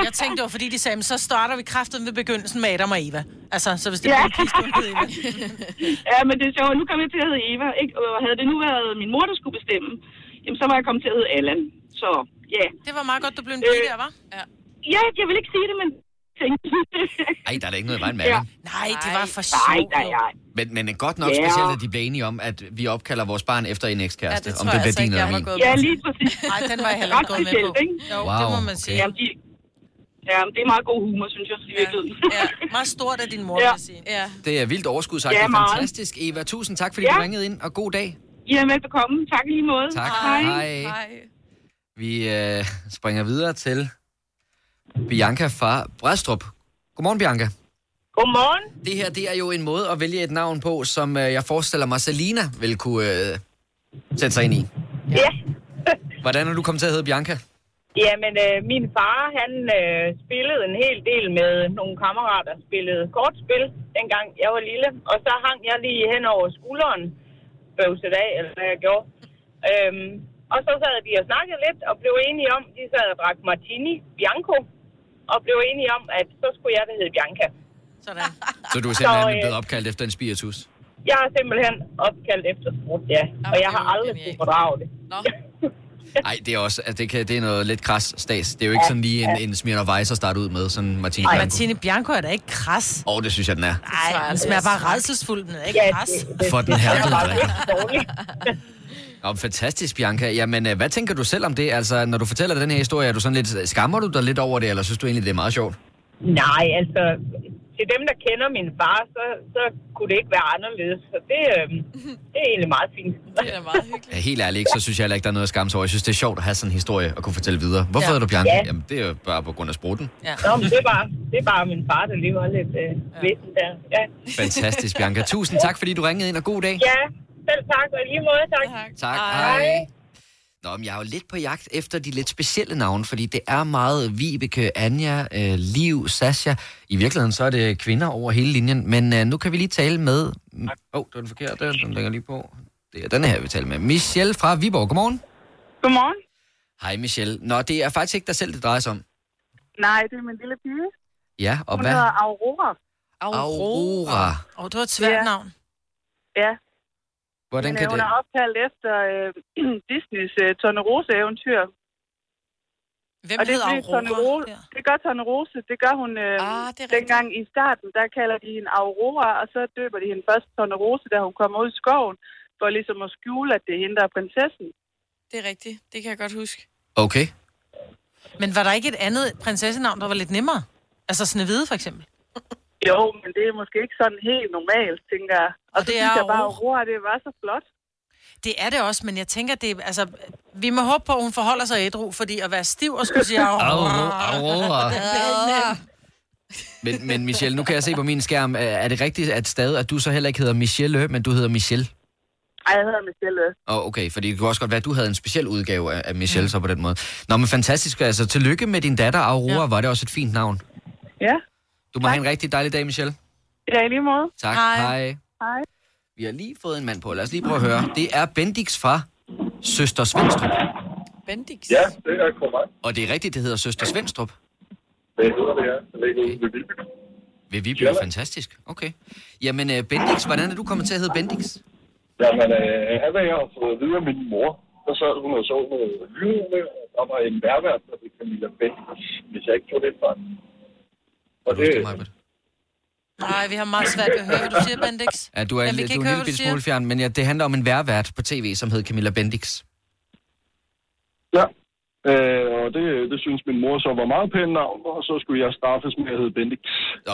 Speaker 2: jeg tænkte, det var fordi, de sagde, så starter vi kraften ved begyndelsen med Adam og Eva. Altså, så hvis det ja. ikke Eva.
Speaker 16: ja, men det er sjovt. Nu kom jeg til at hedde Eva. Ikke? Og havde det nu været min mor, der skulle bestemme, jamen, så var jeg kommet til at hedde Allan. Så ja. Yeah.
Speaker 2: Det var meget godt, du blev en pige øh, der, var.
Speaker 16: Ja. ja, jeg vil ikke sige det, men tænkte
Speaker 1: Nej, der er da ikke noget i vejen med ja.
Speaker 2: Nej, det var for
Speaker 16: sjovt. Nej, nej, nej.
Speaker 1: Men, men godt nok yeah. specielt, at de blev enige om, at vi opkalder vores barn efter en ekskæreste, ja, om det altså bliver din eller
Speaker 16: min. Ja, lige præcis.
Speaker 2: Nej, den var jeg heller ikke gået med på.
Speaker 1: Jo, wow,
Speaker 2: det må man sige.
Speaker 16: Okay. Jamen, de, ja, det er meget god humor, synes jeg, i virkeligheden.
Speaker 2: Ja, ja. meget stort af din mor, ja. vil jeg sige.
Speaker 1: Ja. Det er vildt overskud, sagt. Ja, det er fantastisk, Eva. Tusind tak, fordi ja. du ringede ind, og god dag.
Speaker 16: Ja, velbekomme. Tak lige måde.
Speaker 1: Tak.
Speaker 16: Hej.
Speaker 1: Hej. Vi øh, springer videre til Bianca fra Brædstrup. Godmorgen, Bianca.
Speaker 17: Godmorgen.
Speaker 1: Det her det er jo en måde at vælge et navn på, som øh, jeg forestiller mig, Selina vil kunne øh, sætte sig ind i.
Speaker 17: Ja. ja.
Speaker 1: Hvordan er du kommet til at hedde Bianca?
Speaker 17: Jamen, øh, min far, han øh, spillede en hel del med nogle kammerater, spillede kortspil, dengang jeg var lille. Og så hang jeg lige hen over skulderen, bøvset af, eller hvad jeg gjorde. Øhm, og så sad de og snakkede lidt og blev enige om, de sad og drak martini Bianco, og blev enige om, at så skulle jeg da hedde Bianca.
Speaker 2: Sådan.
Speaker 1: så du er simpelthen så, øh, blevet opkaldt efter en spiritus?
Speaker 17: Jeg er simpelthen opkaldt efter sprut, ja. Okay, og jeg har aldrig kunne fordrage det.
Speaker 1: Nå. Nej, det er også, altså, det, kan, det er noget lidt kras stas. Det er jo ikke sådan lige en, en Smirnoff Weiss at starte ud med, sådan Martine
Speaker 2: Ej,
Speaker 1: Blanco.
Speaker 2: Martine Bianco er da ikke kras.
Speaker 1: Åh, oh, det synes jeg, den er.
Speaker 2: Nej, den smager bare redselsfuld, men den er ikke
Speaker 17: Ja,
Speaker 2: kras.
Speaker 1: For den her, du drikker. Nå, fantastisk, Bianca. Jamen, øh, hvad tænker du selv om det? Altså, når du fortæller den her historie, er du sådan lidt, skammer du dig lidt over det, eller synes du egentlig, det er meget sjovt?
Speaker 17: Nej, altså, til dem, der kender min far, så, så kunne det ikke være anderledes. Så det, øh, det er egentlig meget fint. Det
Speaker 3: er meget hyggeligt.
Speaker 1: Ja, helt ærligt, ikke? så synes jeg heller ikke, der er noget at skamme sig over. Jeg synes, det er sjovt at have sådan en historie og kunne fortælle videre. Hvorfor
Speaker 17: Ja.
Speaker 1: ja. er du Bianca?
Speaker 17: Ja.
Speaker 1: Jamen, det er jo bare på grund af spruten.
Speaker 17: Ja. Nå, men det er, bare, det er bare min far, der lige var lidt øh, vidsen der. Ja.
Speaker 1: Fantastisk, Bianca. Tusind tak, fordi du ringede ind, og god dag.
Speaker 17: Ja, selv tak, og i lige måde, tak.
Speaker 1: Tak. Hej. Nå, men jeg er jo lidt på jagt efter de lidt specielle navne, fordi det er meget Vibeke, Anja, øh, Liv, Sasha. I virkeligheden så er det kvinder over hele linjen, men øh, nu kan vi lige tale med... Åh, oh, det var den forkerte, den lægger jeg lige på. Det er den her, vi taler med. Michelle fra Viborg, godmorgen.
Speaker 18: Godmorgen.
Speaker 1: Hej Michelle. Nå, det er faktisk ikke dig selv, det drejer sig om.
Speaker 18: Nej, det er min lille pige.
Speaker 1: Ja, og
Speaker 18: Hun
Speaker 1: hvad?
Speaker 18: hedder Aurora.
Speaker 1: Aurora.
Speaker 2: Åh, det var et svært navn.
Speaker 18: Ja,
Speaker 1: Hvordan
Speaker 18: men
Speaker 1: kan
Speaker 18: øh, hun
Speaker 1: det...
Speaker 18: er opkaldt efter øh, Disneys øh, Tornerose-eventyr.
Speaker 2: Hvem
Speaker 18: og det,
Speaker 2: hedder
Speaker 18: det,
Speaker 2: Aurora
Speaker 18: Tornerose, det gør Tornerose, det gør hun øh, ah, det dengang i starten, der kalder de hende Aurora, og så døber de hende først Tornerose, da hun kommer ud i skoven, for ligesom at skjule, at det er hende, der er prinsessen.
Speaker 3: Det er rigtigt. Det kan jeg godt huske.
Speaker 1: Okay.
Speaker 2: Men var der ikke et andet prinsessenavn, der var lidt nemmere? Altså Snevide, for eksempel.
Speaker 18: Jo, men det er måske ikke sådan helt normalt, tænker jeg. Og,
Speaker 2: Og
Speaker 18: så
Speaker 2: det
Speaker 18: synes
Speaker 2: er
Speaker 18: jeg bare,
Speaker 2: Aurora.
Speaker 18: Aurora, det var så flot.
Speaker 2: Det er det også, men jeg tænker, det er, altså, vi må håbe på, at hun forholder sig ædru, fordi at være stiv og skulle sige... "Au,
Speaker 1: Aurora. Aurora.
Speaker 2: det er nemt."
Speaker 1: Men, men Michelle, nu kan jeg se på min skærm, øh, er det rigtigt, at stadig, at du så heller ikke hedder Michelle, men du hedder Michelle?
Speaker 18: Ej, jeg hedder Michelle.
Speaker 1: Oh, okay, fordi det kunne også godt være, at du havde en speciel udgave af, af Michelle så på den måde. Nå, men fantastisk. Altså, tillykke med din datter, Aurora. Ja. Var det også et fint navn.
Speaker 18: Ja,
Speaker 1: Du må tak. have en rigtig dejlig dag, Michelle.
Speaker 18: ja i lige måde.
Speaker 1: Tak. Hej. Hej.
Speaker 18: Hej.
Speaker 1: Vi har lige fået en mand på. Lad os lige prøve at høre. Det er Bendix fra Søster Svendstrup.
Speaker 3: Bendix.
Speaker 12: Ja, det er korrekt.
Speaker 1: Og det er rigtigt, det hedder Søster Svendstrup.
Speaker 12: Det hedder det, ja. Det ligger ude ved Viby.
Speaker 1: Ved Viby, ja. fantastisk. Okay. Jamen, øh, Bendix, hvordan er du kommet til at hedde Bendix?
Speaker 12: Jamen, øh, han var jeg har fået videre af min mor. Så sad hun og så noget lydende, og der var en værvært, der hed Camilla Bendix, hvis jeg ikke tog det fra. Og det,
Speaker 2: Nej, vi har meget svært ved at høre, hvad du siger, Bendix.
Speaker 1: Ja, du er,
Speaker 2: Jamen, vi
Speaker 1: ja,
Speaker 2: kan
Speaker 1: du
Speaker 2: ikke
Speaker 1: er
Speaker 2: høre,
Speaker 1: en lille
Speaker 2: hvad du
Speaker 1: bitte
Speaker 2: siger.
Speaker 1: smule fjern, men ja, det handler om en værvært på tv, som hed Camilla Bendix.
Speaker 12: ja. Øh, og det, det synes min mor så var meget pænt navn, og så skulle jeg straffes med at hedde Bendix.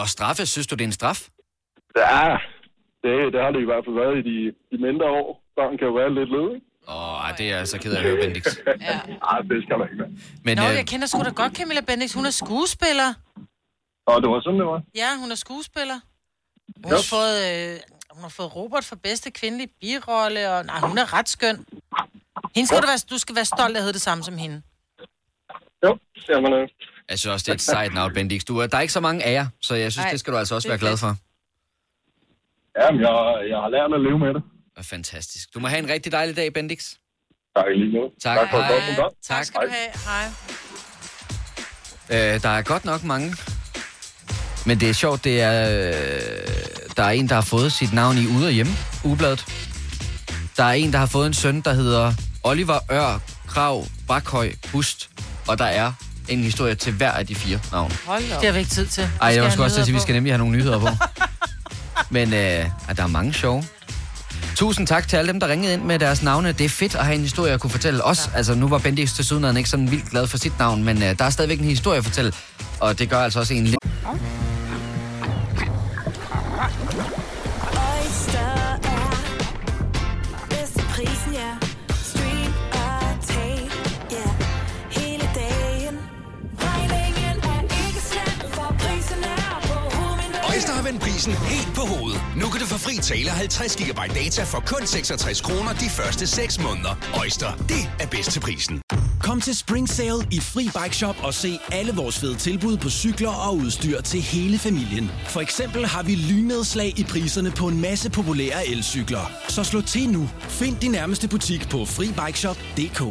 Speaker 1: Og straffe, synes du, det er en straf?
Speaker 12: Ja, det, det har det i hvert fald været i de, de mindre år. Børn kan jo være lidt ledige.
Speaker 1: Åh, oh, det er jeg så ked af at høre, Bendix.
Speaker 12: Ja. Ej, det skal man ikke være.
Speaker 1: Men,
Speaker 2: Nå,
Speaker 1: øh,
Speaker 2: jeg kender sgu da godt Camilla Bendix. Hun er skuespiller.
Speaker 12: Og det var sådan, det var.
Speaker 2: Ja, hun er skuespiller. Hun har fået, øh, hun har fået Robert for bedste kvindelige birolle, og nej, hun er ret skøn. Hende skal du, være, du skal være stolt af at hedde det samme som hende.
Speaker 12: Jo, jamen, øh,
Speaker 1: Jeg synes også, det er et sejt navn, Bendix. Du, er- der er ikke så mange af jer, så jeg synes,
Speaker 2: Nej,
Speaker 1: det skal du altså også
Speaker 2: det er
Speaker 1: være glad for.
Speaker 12: jamen jeg, jeg har lært at leve med det.
Speaker 1: Og Fantastisk. Du må have en rigtig dejlig dag, Bendix.
Speaker 12: Tak i lige måde.
Speaker 1: Tak.
Speaker 12: tak for et godt
Speaker 1: Hej.
Speaker 12: program.
Speaker 1: Tak
Speaker 2: skal du have. Hej.
Speaker 1: Øh, der er godt nok mange. Men det er sjovt, det er... Øh, der er en, der har fået sit navn i Ude og Hjemme, Ugebladet. Der er en, der har fået en søn, der hedder Oliver Ør Krav Brakhøj Bust. Og der er en historie til hver af de fire navne.
Speaker 2: Hold det har vi ikke tid til.
Speaker 1: Ej, jeg var
Speaker 2: skal
Speaker 1: også til at sige, vi
Speaker 2: nyheder
Speaker 1: skal nemlig have nogle nyheder på. Men øh, ah, der er mange sjove. Tusind tak til alle dem, der ringede ind med deres navne. Det er fedt at have en historie at kunne fortælle os. Altså, nu var Bendix til sydenheden ikke sådan vildt glad for sit navn, men øh, der er stadigvæk en historie at fortælle. Og det gør altså også en lidt...
Speaker 19: Oyster er bedst til prisen, ja. Stream og tag, ja. Hele dagen. Regningen er ikke slem, for prisen er på
Speaker 20: Øjster har vendt prisen helt på hovedet. Nu kan du få fri tale 50 GB data for kun 66 kroner de første 6 måneder. Øjster, det er bedst til prisen.
Speaker 21: Kom til Spring Sale i Fri Bike Shop og se alle vores fede tilbud på cykler og udstyr til hele familien. For eksempel har vi lynedslag i priserne på en masse populære elcykler. Så slå til nu. Find din nærmeste butik på FriBikeShop.dk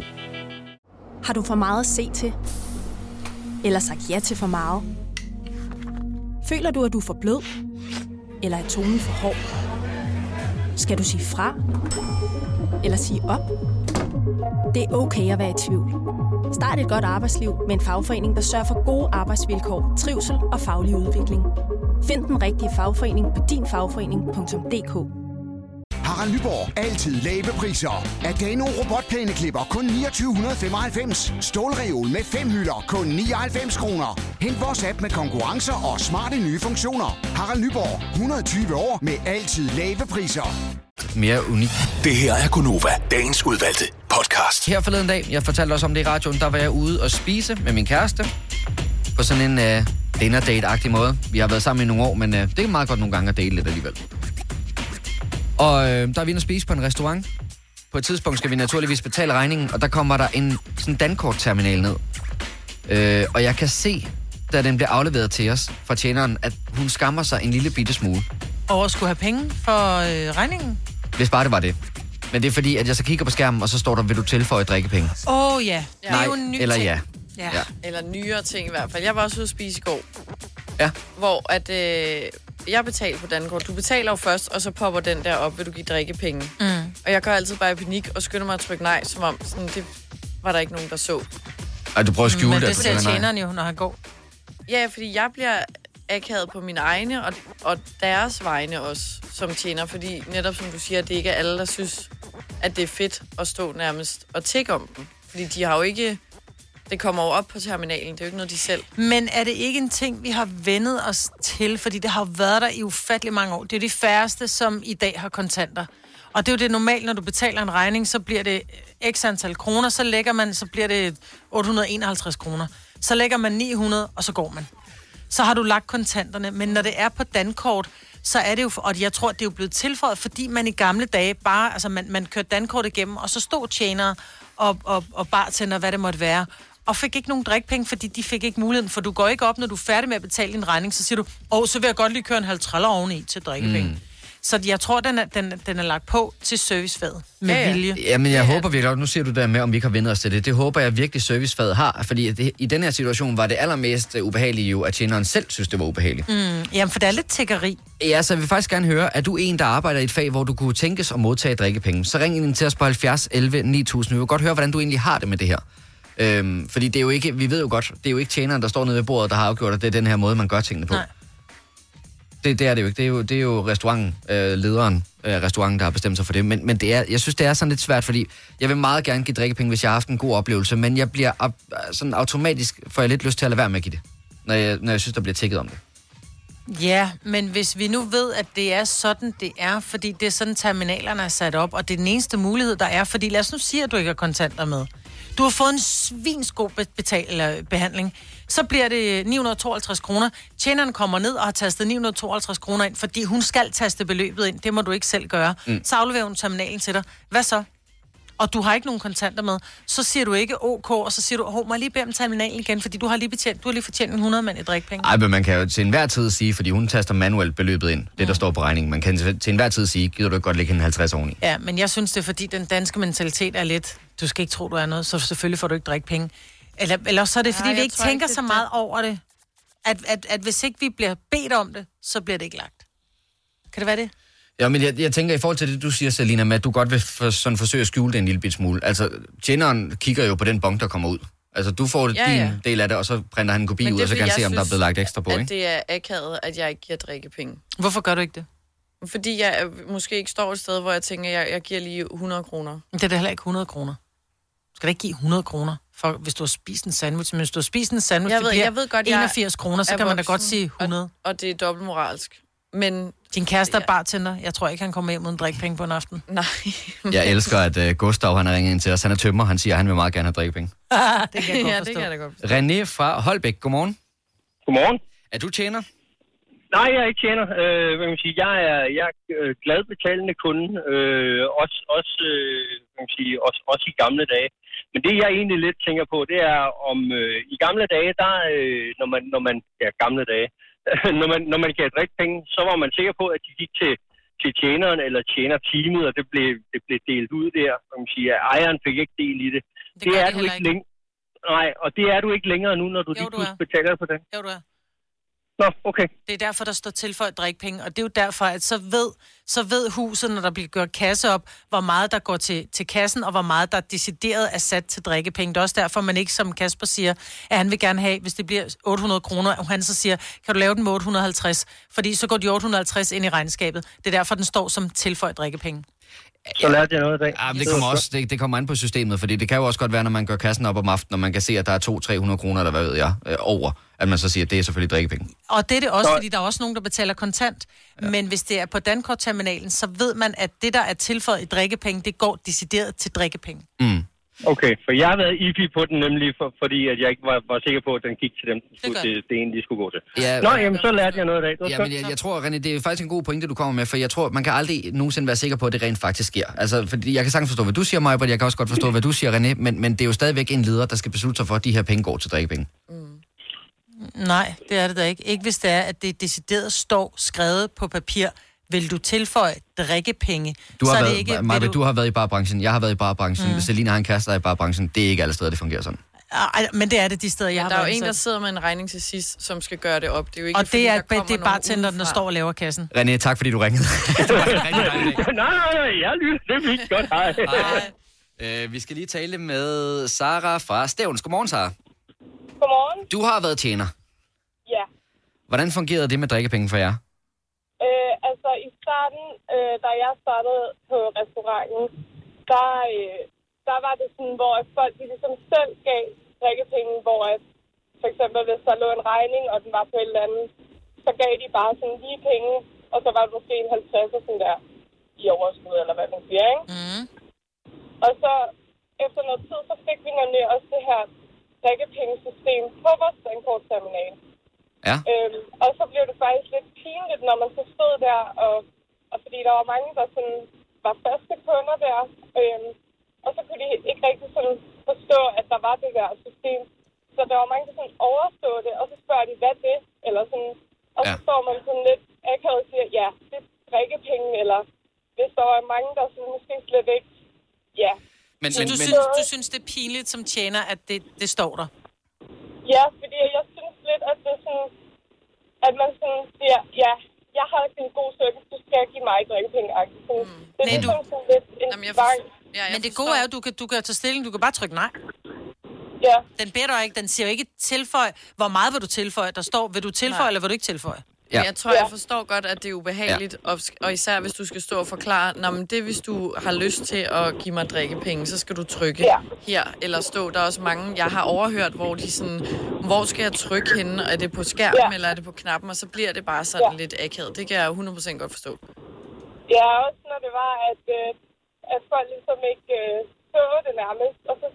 Speaker 22: Har du for meget at se til? Eller sagt ja til for meget? Føler du, at du er for blød? Eller er tonen for hård? Skal du sige fra? Eller sige op? Det er okay at være i tvivl. Start et godt arbejdsliv med en fagforening, der sørger for gode arbejdsvilkår, trivsel og faglig udvikling. Find den rigtige fagforening på dinfagforening.dk.
Speaker 6: Harald Nyborg. Altid lave priser. Adano robotplæneklipper kun 2995. Stålreol med fem hylder kun 99 kroner. Hent vores app med konkurrencer og smarte nye funktioner. Harald Nyborg. 120 år med altid lave priser.
Speaker 1: Mere unik.
Speaker 8: Det her er Gunova, dagens udvalgte podcast.
Speaker 1: Her forleden dag, jeg fortalte også om det i radioen, der var jeg ude og spise med min kæreste. På sådan en øh, dinner date-agtig måde. Vi har været sammen i nogle år, men øh, det er meget godt nogle gange at date lidt alligevel. Og øh, der er vi inde og spise på en restaurant. På et tidspunkt skal vi naturligvis betale regningen, og der kommer der en sådan dankortterminal ned. Øh, og jeg kan se, da den bliver afleveret til os fra tjeneren, at hun skammer sig en lille bitte smule.
Speaker 2: Og at skulle have penge for øh, regningen?
Speaker 1: Hvis bare det var det. Men det er fordi, at jeg så kigger på skærmen, og så står der, vil du tilføje drikkepenge?
Speaker 2: Åh oh, ja, det
Speaker 1: Nej,
Speaker 2: er jo en ny
Speaker 1: eller
Speaker 2: ting.
Speaker 1: ja.
Speaker 3: Ja.
Speaker 1: Ja.
Speaker 3: ja. Eller nyere ting i hvert fald. Jeg var også ude at spise i går.
Speaker 1: Ja.
Speaker 3: Hvor at, øh, jeg betalte på Dankort. Du betaler jo først, og så popper den der op, vil du give drikkepenge.
Speaker 2: Mm.
Speaker 3: Og jeg går altid bare i panik og skynder mig at trykke nej, som om sådan, det var der ikke nogen, der så.
Speaker 1: Ej, du prøver at skjule
Speaker 2: Men
Speaker 1: det.
Speaker 2: det ser
Speaker 1: eller nej?
Speaker 2: tjeneren jo, når han går.
Speaker 3: Ja, fordi jeg bliver akavet på mine egne og, og deres vegne også, som tjener. Fordi netop som du siger, det ikke er alle, der synes, at det er fedt at stå nærmest og tække om dem. Fordi de har jo ikke... Det kommer jo op på terminalen, det er jo ikke noget, de selv...
Speaker 2: Men er det ikke en ting, vi har vendet os til? Fordi det har jo været der i ufattelig mange år. Det er jo de færreste, som i dag har kontanter. Og det er jo det normalt, når du betaler en regning, så bliver det x antal kroner, så lægger man, så bliver det 851 kroner. Så lægger man 900, og så går man. Så har du lagt kontanterne, men når det er på dankort, så er det jo, og jeg tror, det er jo blevet tilføjet, fordi man i gamle dage bare, altså man, man kørte dankort igennem, og så stod tjenere og, og, og bartender, hvad det måtte være, og fik ikke nogen drikpenge, fordi de fik ikke muligheden, for du går ikke op, når du er færdig med at betale din regning, så siger du, åh, så vil jeg godt lige køre en halv traller oveni til drikkepenge.
Speaker 1: Mm.
Speaker 2: Mm. Så jeg tror, den er, den, den er lagt på til servicefaget med
Speaker 1: Ja, ja.
Speaker 2: vilje.
Speaker 1: Jamen, jeg håber virkelig, og nu siger du det der med, om vi ikke har vendt os til det. Det håber jeg virkelig, servicefaget har. Fordi det, i den her situation var det allermest øh, ubehagelige jo, at tjeneren selv synes, det var ubehageligt.
Speaker 2: Mm, jamen, for det er lidt tækkeri.
Speaker 1: Ja, så jeg vil faktisk gerne høre, er du en, der arbejder i et fag, hvor du kunne tænkes at modtage drikkepenge? Så ring ind til os på 70 11 9000. Vi vil godt høre, hvordan du egentlig har det med det her. Øhm, fordi det er jo ikke, vi ved jo godt, det er jo ikke tjeneren, der står nede ved bordet, der har afgjort, at det er den her måde, man gør tingene på.
Speaker 2: Nej.
Speaker 1: Det, det er det jo ikke. Det er jo, det er jo restaurantlederen, øh, lederen af restauranten, der har bestemt sig for det. Men, men det er, jeg synes, det er sådan lidt svært, fordi jeg vil meget gerne give drikkepenge, hvis jeg har haft en god oplevelse, men jeg bliver op, sådan automatisk, får jeg lidt lyst til at lade være med at give det, når jeg, når jeg synes, der bliver tækket om det.
Speaker 2: Ja, men hvis vi nu ved, at det er sådan, det er, fordi det er sådan, terminalerne er sat op, og det er den eneste mulighed, der er, fordi lad os nu sige, at du ikke har kontanter med. Du har fået en svinsgod be- betal- eller behandling. Så bliver det 952 kroner. Tjeneren kommer ned og har tastet 952 kroner ind, fordi hun skal taste beløbet ind. Det må du ikke selv gøre.
Speaker 10: Mm.
Speaker 2: Mm. Så afleverer hun terminalen til dig. Hvad så? og du har ikke nogen kontanter med, så siger du ikke OK, og så siger du, hov, må jeg lige bede om terminalen igen, fordi du har lige, betjent, du har lige fortjent en 100 mand i drikpenge.
Speaker 1: Ej, men man kan jo til enhver tid sige, fordi hun taster manuelt beløbet ind, det der står på regningen. Man kan til til enhver tid sige, gider du ikke godt lægge en 50 oveni?
Speaker 2: Ja, men jeg synes, det er fordi, den danske mentalitet er lidt, du skal ikke tro, du er noget, så selvfølgelig får du ikke drikke penge. Eller, eller så er det, fordi
Speaker 3: Nej,
Speaker 2: vi
Speaker 3: jeg
Speaker 2: ikke
Speaker 3: tror
Speaker 2: tænker
Speaker 3: ikke, det
Speaker 2: så
Speaker 3: er
Speaker 2: meget over det. At, at, at hvis ikke vi bliver bedt om det, så bliver det ikke lagt. Kan det være det?
Speaker 1: Ja, men jeg, jeg tænker i forhold til det, du siger, Selina, med at du godt vil for, sådan forsøge at skjule det en lille bit smule. Altså, tjeneren kigger jo på den bong, der kommer ud. Altså, du får ja,
Speaker 3: Ja,
Speaker 1: din
Speaker 3: ja.
Speaker 1: del af det, og så printer han en kopi
Speaker 3: Men
Speaker 1: ud,
Speaker 3: det er
Speaker 1: og så kan
Speaker 3: fordi,
Speaker 1: han se,
Speaker 3: jeg
Speaker 1: om der er
Speaker 3: synes,
Speaker 1: blevet lagt ekstra på,
Speaker 3: at
Speaker 1: ikke?
Speaker 3: det er akavet, at jeg ikke giver drikkepenge.
Speaker 2: Hvorfor gør du ikke det?
Speaker 3: Fordi jeg øh, måske ikke står et sted, hvor jeg tænker, jeg, jeg giver lige 100 kroner.
Speaker 2: Men Det er da heller ikke 100 kroner. Du skal da ikke give 100 kroner, for, hvis du har spist en sandwich. Men hvis du har spist en sandwich,
Speaker 3: Jeg
Speaker 2: det
Speaker 3: ved,
Speaker 2: bliver
Speaker 3: jeg ved godt, jeg
Speaker 2: 81 kroner, så
Speaker 3: er
Speaker 2: kan man da
Speaker 3: voksen,
Speaker 2: godt sige 100. Og,
Speaker 3: og det er dobbelt moralsk. Men
Speaker 2: Din kæreste er bartender. Jeg tror ikke, han kommer hjem uden drikkepenge på en aften.
Speaker 3: Nej.
Speaker 1: Jeg elsker, at uh, Gustav han har ringet ind til os. Han er tømmer, han siger, at han vil meget gerne have drikkepenge.
Speaker 2: det kan jeg godt
Speaker 3: ja, det
Speaker 2: forstå.
Speaker 3: kan jeg da godt forstå.
Speaker 1: René fra Holbæk, godmorgen.
Speaker 23: Godmorgen.
Speaker 1: Er du tjener?
Speaker 23: Nej, jeg er ikke tjener. Øh, hvad kan man sige, jeg er, jeg er øh, glad betalende kunde, øh, også, også, øh, hvad kan man sige, også, også i gamle dage. Men det, jeg egentlig lidt tænker på, det er om øh, i gamle dage, der, øh, når, man, når man, ja, gamle dage, når man, når man gav drikkepenge, så var man sikker på, at de gik til, til tjeneren eller tjenerteamet, og det blev, det blev delt ud der. Hvad kan man sige, at ejeren fik ikke del i det. Det, det er du ikke længere. Nej, og det er du ikke længere nu, når du jo, lige pludselig betaler for det.
Speaker 2: Jo, du er.
Speaker 23: Nå, okay.
Speaker 2: Det er derfor, der står tilføjet drikpenge, og det er jo derfor, at så ved, så ved huset, når der bliver gjort kasse op, hvor meget der går til, til kassen, og hvor meget der decideret er sat til drikkepenge. Det er også derfor, man ikke, som Kasper siger, at han vil gerne have, hvis det bliver 800 kroner, og han så siger, kan du lave den med 850? Fordi så går de 850 ind i regnskabet. Det er derfor, den står som tilføjet drikkepenge.
Speaker 23: Så lærte jeg noget i dag.
Speaker 1: Ja, men det kommer, også, det, det kommer an på systemet, fordi det kan jo også godt være, når man gør kassen op om aftenen, og man kan se, at der er 200-300 kroner, eller hvad ved jeg, øh, over, at man så siger, at det er selvfølgelig drikkepenge.
Speaker 2: Og det er det også, fordi der er også nogen, der betaler kontant. Ja. Men hvis det er på Dankort-terminalen, så ved man, at det, der er tilføjet i drikkepenge, det går decideret til drikkepenge.
Speaker 1: Mm.
Speaker 23: Okay, for jeg har været iffy på den nemlig, for, fordi at jeg ikke var, var sikker på, at den gik til dem, den skulle, det, det egentlig skulle gå til.
Speaker 1: Ja,
Speaker 23: Nå, jamen, så lærte jeg noget i dag. Det var
Speaker 1: Ja,
Speaker 23: skønt.
Speaker 1: men jeg, jeg tror, René, det er faktisk en god pointe, du kommer med, for jeg tror, man kan aldrig nogensinde være sikker på, at det rent faktisk sker. Altså, fordi jeg kan sagtens forstå, hvad du siger, Maja, og jeg kan også godt forstå, hvad du siger, René, men, men det er jo stadigvæk en leder, der skal beslutte sig for, at de her penge går til drikkepenge.
Speaker 2: Nej, det er det da ikke. Ikke hvis det er, at det decideret står skrevet på papir, vil du tilføje drikkepenge.
Speaker 1: Du har,
Speaker 2: så er
Speaker 1: været,
Speaker 2: det ikke,
Speaker 1: Maja,
Speaker 2: vil
Speaker 1: du... har været i barbranchen, jeg har været i barbranchen,
Speaker 2: Mm.
Speaker 1: mm. Selina har en kæreste, der er i barbranchen. Det er ikke alle steder, det fungerer sådan.
Speaker 2: Ej, men det er det de steder, jeg har
Speaker 3: Der er jo
Speaker 2: været
Speaker 3: en, der
Speaker 2: ansat.
Speaker 3: sidder med en regning til sidst, som skal gøre det op. Det er jo ikke,
Speaker 2: Og det
Speaker 3: fordi,
Speaker 2: er-
Speaker 3: der
Speaker 2: det er
Speaker 3: kommer nogen
Speaker 2: bartenderen, der
Speaker 3: udefra.
Speaker 2: står og laver kassen.
Speaker 1: René, tak fordi du ringede.
Speaker 23: nej, nej, nej, jeg lytter. Det er fint. Godt, hej.
Speaker 1: Øh, vi skal lige tale med Sara fra Stævns. Godmorgen, Sara.
Speaker 4: Godmorgen.
Speaker 1: Du har været tjener.
Speaker 4: Ja.
Speaker 1: Hvordan fungerede det med drikkepenge for jer?
Speaker 4: Øh, altså i starten, øh, da jeg startede på restauranten, der, øh, der var det sådan, hvor at folk de ligesom selv gav drikkepenge, hvor at, for eksempel hvis der lå en regning, og den var på et eller andet, så gav de bare sådan lige penge, og så var det måske en 50 og sådan der i overskud, eller hvad man siger, ikke? Mm. Og så efter noget tid, så fik vi nemlig også det her drikkepengesystem på vores dankortterminal.
Speaker 1: Ja.
Speaker 18: Øh,
Speaker 4: Øhm, og så blev det faktisk lidt pinligt, når man så stod der, og, og fordi der var mange, der sådan var faste kunder der, øhm, og så kunne de ikke rigtig sådan forstå, at der var det der system. Så der var mange, der sådan overstod det, og så spørger de, hvad er det? Eller sådan, og så står man sådan lidt akavet og siger, ja, det er drikkepenge, eller hvis der var mange, der sådan, måske slet ikke, ja.
Speaker 2: Men, så
Speaker 4: men-
Speaker 2: du,
Speaker 4: men-
Speaker 2: synes, du synes, det er pinligt som tjener, at det, det står der?
Speaker 4: Ja, fordi jeg synes lidt, at det er sådan, at man sådan siger, ja, jeg har en god service, du skal give mig drikkepenge. Mm. Det er ligesom sådan lidt en Jamen, tvang.
Speaker 3: Ja,
Speaker 2: Men det gode er jo, du kan, du kan tage stilling, du kan bare trykke nej.
Speaker 4: Ja.
Speaker 2: Den beder dig ikke, den siger jo ikke tilføj, hvor meget vil du tilføje, der står, vil du tilføje, nej. eller vil du ikke tilføje?
Speaker 3: Ja. Jeg tror, jeg forstår godt, at det er ubehageligt, ja. og, og især hvis du skal stå og forklare, Nå, men det er, hvis du har lyst til at give mig drikkepenge, så skal du trykke ja. her, eller stå. Der er også mange, jeg har overhørt, hvor de sådan, hvor skal jeg trykke henne? Er det på skærmen, ja. eller er det på knappen? Og så bliver det bare sådan ja. lidt akavet. Det kan jeg 100% godt forstå.
Speaker 4: Ja, også når det var, at, øh, at folk ligesom ikke øh, så det nærmest, og så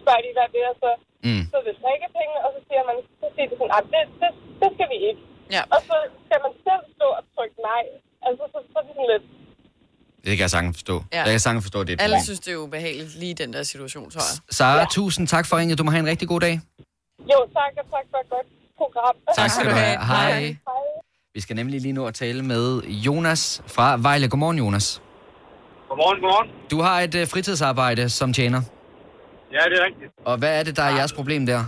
Speaker 4: spørger de, hvad det er, så, mm. så vil drikkepenge, og så siger man, så siger de sådan, "Ah, det, det, det skal vi ikke.
Speaker 3: Ja.
Speaker 4: Og så skal man selv stå og trykke nej. Altså, så, så er det sådan lidt,
Speaker 1: Det kan jeg sagtens forstå.
Speaker 3: Ja.
Speaker 1: Jeg kan sagtens forstå, at det er et
Speaker 3: Alle
Speaker 1: problem.
Speaker 3: synes, det er ubehageligt, lige den der situation, tror jeg.
Speaker 1: Sara, ja. tusind tak for ringet. Du må have en rigtig god dag.
Speaker 4: jo tak, og tak for et godt program.
Speaker 1: Tak skal du
Speaker 4: Altså-
Speaker 1: have. Hej.
Speaker 4: Hej.
Speaker 1: Vi skal nemlig lige nu at tale med Jonas fra Vejle. Godmorgen, Jonas.
Speaker 9: Godmorgen, godmorgen.
Speaker 1: Du har et øh, fritidsarbejde som tjener.
Speaker 9: Ja, det er rigtigt.
Speaker 1: Og hvad er det, der er jeres problem der?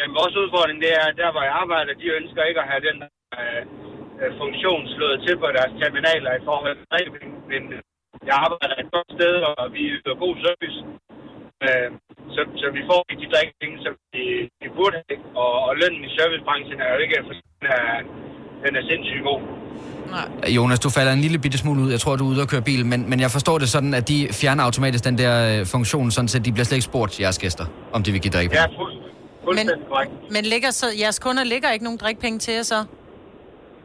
Speaker 9: Jamen, vores udfordring, det er, at der hvor jeg arbejder, de ønsker ikke at have den øh, øh, funktion slået til på deres terminaler i forhold til drikkepenge. Men øh, jeg arbejder et godt sted, og vi yder god service. Øh, så, så vi får ikke de drikkepenge, som vi, vi burde have. Og, og lønnen i servicebranchen er jo ikke for den er, den er sindssygt god.
Speaker 1: Jonas, du falder en lille bitte smule ud. Jeg tror, du er ude og køre bil, men, men jeg forstår det sådan, at de fjerner automatisk den der øh, funktion, sådan så de bliver slet ikke spurgt, jeres gæster, om de vil give drikkepenge.
Speaker 9: Ja, fuld, fuldstændig korrekt.
Speaker 2: Men ligger så, jeres kunder lægger ikke nogen drikpenge til jer så?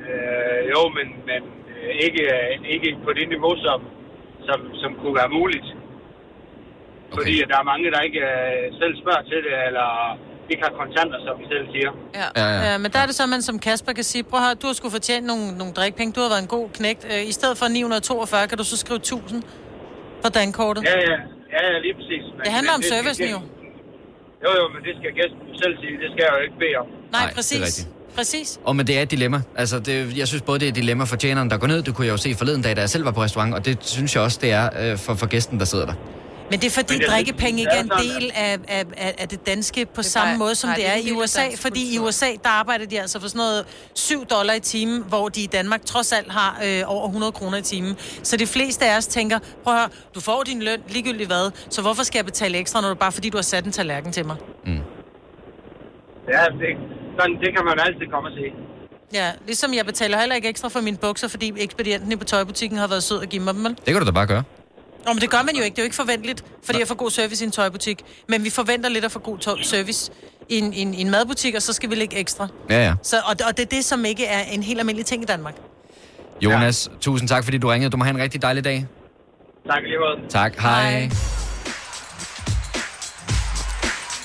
Speaker 9: Øh, jo, men, men øh, ikke, øh, ikke på det niveau, som, som, som kunne være muligt. Okay. Fordi at der er mange, der ikke øh, selv spørger til det, eller ikke har kontanter, som vi selv siger.
Speaker 2: Ja. ja, men der er det så, at man som Kasper kan sige, prøv at høre, du har skulle fortjent nogle, nogle drikpenge, du har været en god knægt. Øh, I stedet for 942, kan du så skrive 1000 på dankortet?
Speaker 9: Ja, ja, ja, ja lige præcis. Men
Speaker 2: Det handler om
Speaker 9: skal
Speaker 2: servicen jo.
Speaker 9: gæsten- Jo, jo, men det skal gæsten selv sige. Det skal jeg jo ikke bede om.
Speaker 2: Nej,
Speaker 1: Nej, det er
Speaker 2: præcis.
Speaker 1: rigtigt.
Speaker 2: Præcis.
Speaker 1: Og men det er et dilemma. Altså, det, jeg synes både, det er et dilemma for tjeneren, der går ned. Det kunne jeg jo se forleden dag, da jeg selv var på restaurant, og det synes jeg også, det er øh, for, for gæsten, der sidder der.
Speaker 2: Men det er fordi
Speaker 23: Men jeg
Speaker 2: drikkepenge
Speaker 23: synes,
Speaker 2: ikke er
Speaker 23: det
Speaker 2: en
Speaker 23: er sådan,
Speaker 2: del af, af, af, af det danske på det
Speaker 3: er
Speaker 2: samme
Speaker 3: bare-
Speaker 2: måde, som
Speaker 3: nej,
Speaker 2: det
Speaker 3: det er
Speaker 2: er
Speaker 3: en
Speaker 2: i
Speaker 3: del af
Speaker 2: USA.
Speaker 3: dansk
Speaker 2: Fordi i USA, der arbejder de altså for sådan noget 7 dollar i timen, hvor de i Danmark trods alt har øh, over 100 kroner i timen. Så de fleste af os tænker, prøv at høre, du får din løn ligegyldigt hvad, så hvorfor skal jeg betale ekstra, når du bare fordi du har sat en tallerken til mig?
Speaker 9: Ja, det, sådan, det kan man jo altid komme og se.
Speaker 2: Ja, ligesom jeg betaler heller ikke ekstra for mine bukser, fordi ekspedienten på tøjbutikken har været sød at give mig dem. vel?
Speaker 1: Det kan du da bare gøre.
Speaker 2: Nå, men det gør man jo ikke. Det er jo ikke forventeligt, fordi jeg får god service i en tøjbutik. Men vi forventer lidt at få god tøj- service i en, en, en madbutik, og så skal vi lægge ekstra.
Speaker 1: Ja, ja.
Speaker 2: Så, og, og det er det, som ikke er en helt almindelig ting i Danmark.
Speaker 1: Jonas, ja. tusind tak, fordi du ringede. Du må have en rigtig dejlig dag.
Speaker 9: Tak lige måde.
Speaker 1: Tak, hej. hej.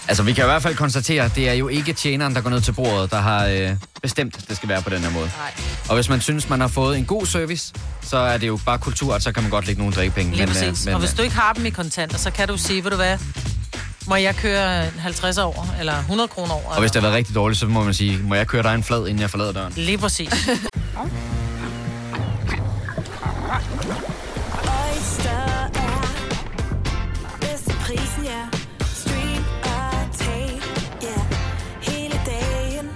Speaker 1: Altså, vi kan i hvert fald konstatere, at det er jo ikke tjeneren, der går ned til bordet, der har øh, bestemt, at det skal være på den her måde. Nej. Og hvis man synes, man har fået en god service, så er det jo bare kultur, og så kan man godt lægge nogle drikkepenge.
Speaker 2: Lige men, præcis.
Speaker 1: men, øh,
Speaker 2: Men, øh. og hvis du ikke har dem i kontanter, så kan du sige, ved du hvad, må jeg køre 50 over, eller 100 kroner over?
Speaker 1: og hvis det har været rigtig dårligt, så må man sige, må jeg køre dig en flad, inden jeg forlader døren?
Speaker 2: Lige præcis.
Speaker 19: Oyster er bedst til prisen, ja. Stream og tag, ja. Hele dagen.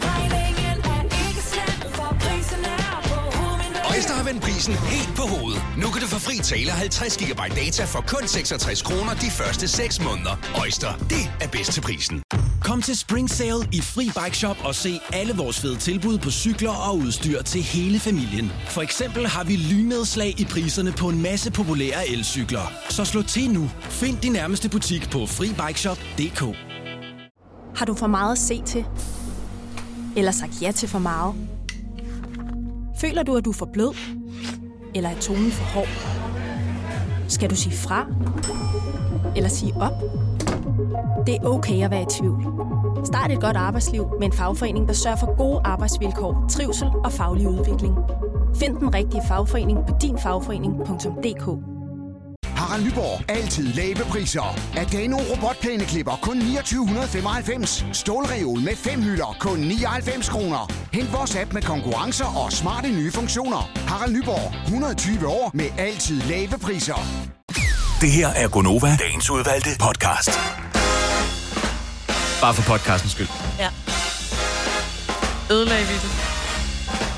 Speaker 19: Regningen er ikke slem, for prisen er på hovedet.
Speaker 20: Øjster har vendt prisen helt på hovedet. Nu kan du få fri tale 50 GB data for kun 66 kroner de første 6 måneder. Øjster, det er bedst til prisen.
Speaker 21: Kom til Spring Sale i Fri Bike Shop og se alle vores fede tilbud på cykler og udstyr til hele familien. For eksempel har vi lynedslag i priserne på en masse populære elcykler. Så slå til nu. Find din nærmeste butik på FriBikeShop.dk
Speaker 22: Har du for meget at se til? Eller sagt ja til for meget? Føler du, at du er for blød? Eller er tonen for hård? Skal du sige fra? Eller sige op? Det er okay at være i tvivl. Start et godt arbejdsliv med en fagforening, der sørger for gode arbejdsvilkår, trivsel og faglig udvikling. Find den rigtige fagforening på dinfagforening.dk.
Speaker 6: Harald Nyborg. Altid lave priser. Adano robotplæneklipper kun 2995. Stålreol med fem hylder kun 99 kroner. Hent vores app med konkurrencer og smarte nye funktioner. Harald Nyborg. 120 år med altid lave priser.
Speaker 8: Det her er Gonova, dagens udvalgte podcast.
Speaker 1: Bare for podcastens skyld.
Speaker 2: Ja.
Speaker 3: Ødelagde vi det?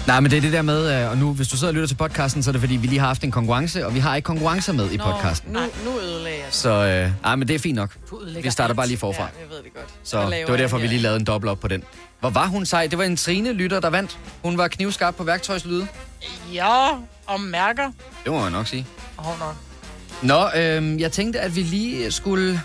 Speaker 1: Nej, men det er det der med, øh, og nu, hvis du sidder og lytter til podcasten, så er det fordi, vi lige har haft en konkurrence, og vi har ikke konkurrencer med i
Speaker 3: Nå,
Speaker 1: podcasten.
Speaker 3: Nu, nu ødelagde jeg det.
Speaker 1: Så øh, nej, men det er fint nok.
Speaker 3: ødelægger
Speaker 1: Vi starter bare lige
Speaker 3: alt.
Speaker 1: forfra.
Speaker 3: Ja, jeg ved det godt.
Speaker 1: Så
Speaker 3: Jeg laver
Speaker 1: det var derfor,
Speaker 3: en,
Speaker 1: vi
Speaker 3: ja.
Speaker 1: lige lavede en dobbelt op på den. Hvor var hun sej? Det var en Trine Lytter, der vandt. Hun var knivskarp på værktøjslyde.
Speaker 2: Ja, og mærker.
Speaker 1: Det må man nok sige.
Speaker 2: Hård nok.
Speaker 1: Nå, øh, jeg tænkte, at vi lige skulle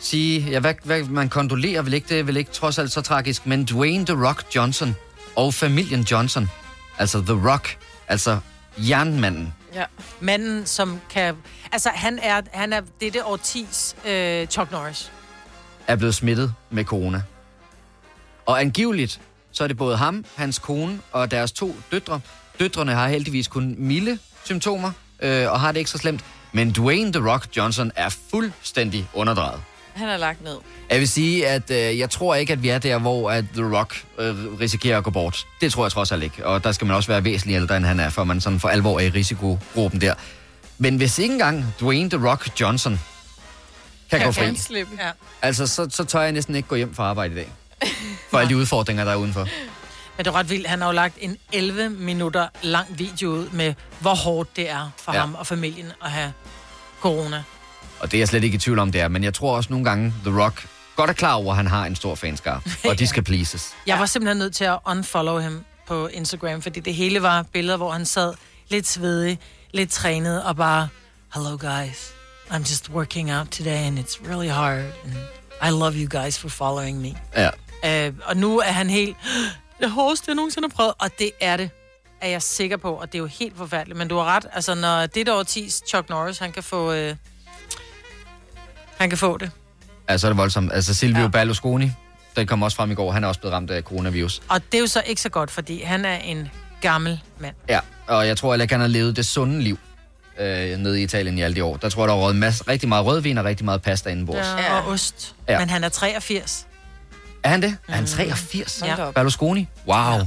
Speaker 1: sige, ja, hvad, hvad, man kondolerer vel ikke, det er vel ikke trods alt så tragisk, men Dwayne The Rock Johnson og familien Johnson, altså The Rock, altså jernmanden.
Speaker 3: Ja.
Speaker 2: Manden, som kan... Altså, han er, han er dette årtis øh, Chuck Norris.
Speaker 1: er blevet smittet med corona. Og angiveligt, så er det både ham, hans kone og deres to døtre. Døtrene har heldigvis kun milde symptomer øh, og har det ikke så slemt. Men Dwayne The Rock Johnson er fuldstændig underdrejet.
Speaker 3: Han er lagt ned.
Speaker 1: Jeg vil sige, at øh, jeg tror ikke, at vi er der, hvor at The Rock øh, risikerer at gå bort. Det tror jeg trods alt ikke. Og der skal man også være væsentligt ældre, end han er, for man sådan for alvor er i risikogruppen der. Men hvis ikke engang Dwayne The Rock Johnson kan, kan gå fri,
Speaker 3: gerne slippe. Ja.
Speaker 1: Altså, så, så tør jeg næsten ikke gå hjem fra arbejde i dag. For alle de udfordringer, der er udenfor.
Speaker 2: Men det er ret vildt. Han har jo lagt en 11 minutter lang video ud med, hvor hårdt det er for
Speaker 1: Ja.
Speaker 2: ja. ham og familien at have corona.
Speaker 1: Og det er jeg slet ikke i tvivl om, det er. Men jeg tror også nogle gange, The Rock godt er klar over, at han har en stor fanskare. Og de skal pleases.
Speaker 2: Jeg var simpelthen nødt til at unfollow ham på Instagram, fordi det hele var billeder, hvor han sad lidt svedig, lidt trænet og bare, hello guys, I'm just working out today and it's really hard and I love you guys for following me.
Speaker 1: Ja.
Speaker 2: Øh, og nu er han helt, det hårdeste, jeg nogensinde har prøvet, og det er det, er jeg sikker på, og det er jo helt forfærdeligt, men du har ret, altså når det år 10 Chuck Norris, han kan få, øh, han kan få det.
Speaker 1: Altså, så er det voldsomt. Altså, Silvio ja. Berlusconi, der kom også frem i går, han er også blevet ramt af coronavirus.
Speaker 2: Og det er jo så ikke så godt, fordi han er en gammel mand.
Speaker 1: Ja, og jeg tror heller ikke, han har levet det sunde liv øh, nede i Italien i alle de år. Der tror jeg, der har røget masse, rigtig meget rødvin og rigtig meget pasta indenbords.
Speaker 2: Ja, og ost.
Speaker 1: Ja.
Speaker 2: Ja. Men han er 83. Mm.
Speaker 1: Er han det? Er han 83?
Speaker 2: Ja.
Speaker 1: Berlusconi? Wow. Ja.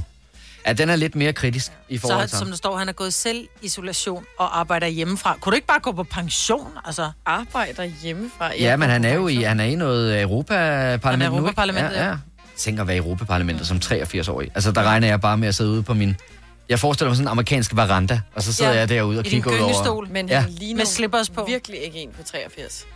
Speaker 1: Ja, den er lidt mere kritisk i
Speaker 2: Så
Speaker 1: forhold
Speaker 2: han-
Speaker 1: til ham.
Speaker 2: som der står, han er gået selv isolation og arbejder hjemmefra. Kunne du ikke bare gå på pension? Altså?
Speaker 3: Arbejder hjemmefra?
Speaker 1: Ja, men han er jo i, han er i noget Europaparlament nu, ikke?
Speaker 2: Europaparlamentet,
Speaker 1: ja.
Speaker 2: ja.
Speaker 1: ja. Tænk at være i Europaparlamentet som 83-årig. Altså, der regner jeg bare med at sidde ude på min... Jeg forestiller mig sådan en amerikansk veranda, og så sidder ja. jeg derude og kigger ud over...
Speaker 3: Men
Speaker 1: ja.
Speaker 3: han ligner Med slippers på. virkelig ikke en på 83.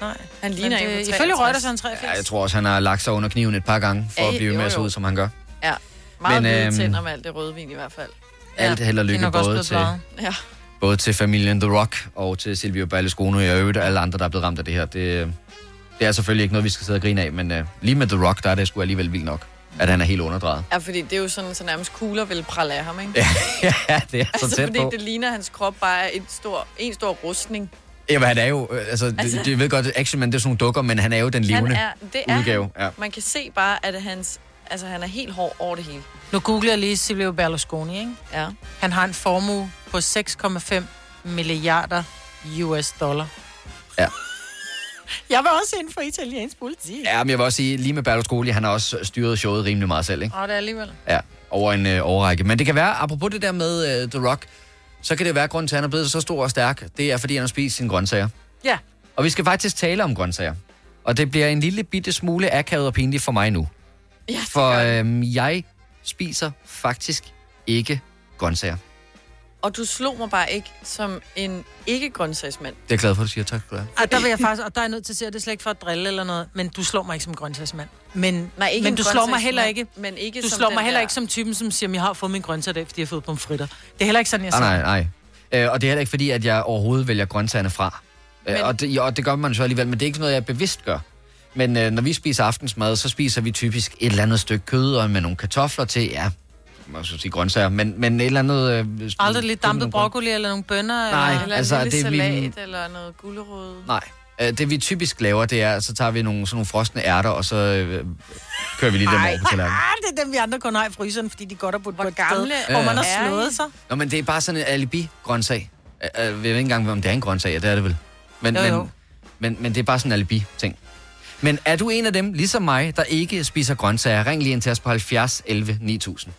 Speaker 2: Nej.
Speaker 3: Han ligner
Speaker 2: Men
Speaker 3: en på
Speaker 2: det-
Speaker 3: 83.
Speaker 2: ifølge Reuters er han 83.
Speaker 1: ja, jeg tror også, han har lagt sig under kniven et par gange, for
Speaker 3: Ja,
Speaker 1: at blive
Speaker 3: jo,
Speaker 1: med at se
Speaker 3: jo.
Speaker 1: ud, som han gør.
Speaker 3: Ja, meget
Speaker 1: Men,
Speaker 3: men, hvide
Speaker 1: øhm,
Speaker 3: tænder med alt det rødvin i hvert fald.
Speaker 1: alt held og lykke
Speaker 3: de er nok også
Speaker 1: både
Speaker 3: blevet
Speaker 1: til-
Speaker 3: blevet. Ja.
Speaker 1: Både til familien The Rock og til Silvio Berlusconi og i øvrigt alle andre, der er blevet ramt af det her. Det, det er selvfølgelig ikke noget, vi skal sidde og grine af, men uh, lige med The Rock, der er det sgu alligevel vildt nok, at han er helt underdrejet.
Speaker 3: ja, fordi det er jo sådan, så nærmest kugler vil prale af ham, ikke?
Speaker 1: ja, det er så
Speaker 3: altså,
Speaker 1: tæt
Speaker 3: fordi
Speaker 1: på.
Speaker 3: det ligner, at hans krop bare er en stor, en stor rustning.
Speaker 1: Jamen, han er jo, øh, altså,
Speaker 3: Altså-
Speaker 1: altså... Det, det ved godt, Action Man, det er sådan nogle dukker, men han er jo den levende
Speaker 3: han er, det er
Speaker 1: udgave.
Speaker 3: Han.
Speaker 1: Ja.
Speaker 3: Man kan se bare, at hans, altså, han er helt hård over det hele.
Speaker 2: Nu googler jeg lige Silvio Berlusconi, ikke?
Speaker 3: Ja.
Speaker 2: Han har en formue på 6,5 milliarder US dollar.
Speaker 1: Ja.
Speaker 2: Jeg var også inden for italiensk politi.
Speaker 1: ja, men jeg vil også sige, lige med Berlusconi, han har også styret showet rimelig meget selv, ikke?
Speaker 2: Og det er alligevel.
Speaker 1: Ja, over en øh, årrække. Men det kan være, apropos det der med øh, The Rock, så kan det være, at grunden til, at han er blevet så stor og stærk, det er, fordi han har spist sine grøntsager.
Speaker 2: Ja.
Speaker 1: Og vi skal faktisk tale om grøntsager. Og det bliver en lille bitte smule akavet og pinligt for mig nu.
Speaker 3: Ja,
Speaker 1: for øhm, jeg spiser faktisk ikke grøntsager.
Speaker 3: Og du slog mig bare ikke som en ikke-grøntsagsmand.
Speaker 1: Det er jeg glad for, at du siger. Tak skal du have.
Speaker 2: Og der vil jeg faktisk, og der er jeg nødt til at sige, at det er slet ikke for at drille eller noget, men du slår mig ikke som grøntsagsmand. Men,
Speaker 3: Nej, ikke
Speaker 2: men
Speaker 3: en
Speaker 2: du slår mig heller ikke,
Speaker 3: grøntsagsmand, men ikke
Speaker 2: du
Speaker 3: som
Speaker 2: slår
Speaker 3: den
Speaker 2: mig heller
Speaker 3: der-
Speaker 2: ikke som typen, som siger, at jeg har fået min grøntsager i dag, fordi jeg har fået pomfritter. Det er heller ikke sådan, jeg
Speaker 1: Ah,
Speaker 2: siger.
Speaker 1: nej, nej. Øh, og det er heller ikke fordi, at jeg overhovedet vælger grøntsagerne fra. Men... Øh, og, det, og det gør man så alligevel, men det er ikke noget, jeg bevidst gør. Men øh, når vi spiser aftensmad, så spiser vi typisk et eller andet stykke kød og med nogle kartofler til, ja, man skal sige grøntsager, men, men et eller andet... Øh, sp-
Speaker 2: Aldrig lidt
Speaker 1: kød
Speaker 2: dampet
Speaker 1: med nogle
Speaker 2: broccoli eller nogle bønner?
Speaker 1: Nej,
Speaker 2: eller...
Speaker 1: Eller en altså, lille det er vi- salat
Speaker 3: eller noget gulerod.
Speaker 1: Nej. Øh, Det vi typisk laver, det er, så tager vi nogle, sådan nogle frosne ærter, og så øh, kører vi lige dem over på tallerkenen.
Speaker 2: Ah, det er dem, vi andre kun har i fryseren, fordi de godt har budt på et sted,
Speaker 3: gamle
Speaker 2: hvor man
Speaker 1: er
Speaker 2: har
Speaker 1: I?
Speaker 2: slået sig.
Speaker 1: Nå, men det er bare sådan en alibi-grøntsag. Øh, øh, Jeg ved ikke engang, om det er en grøntsag. Ja, det er det vel. Men,
Speaker 2: Jo, jo.
Speaker 1: Men, men, men det er bare sådan en alibi-ting. Men er du en af dem, ligesom mig, der ikke spiser grøntsager? Ring lige ind til os på 70 11 9000.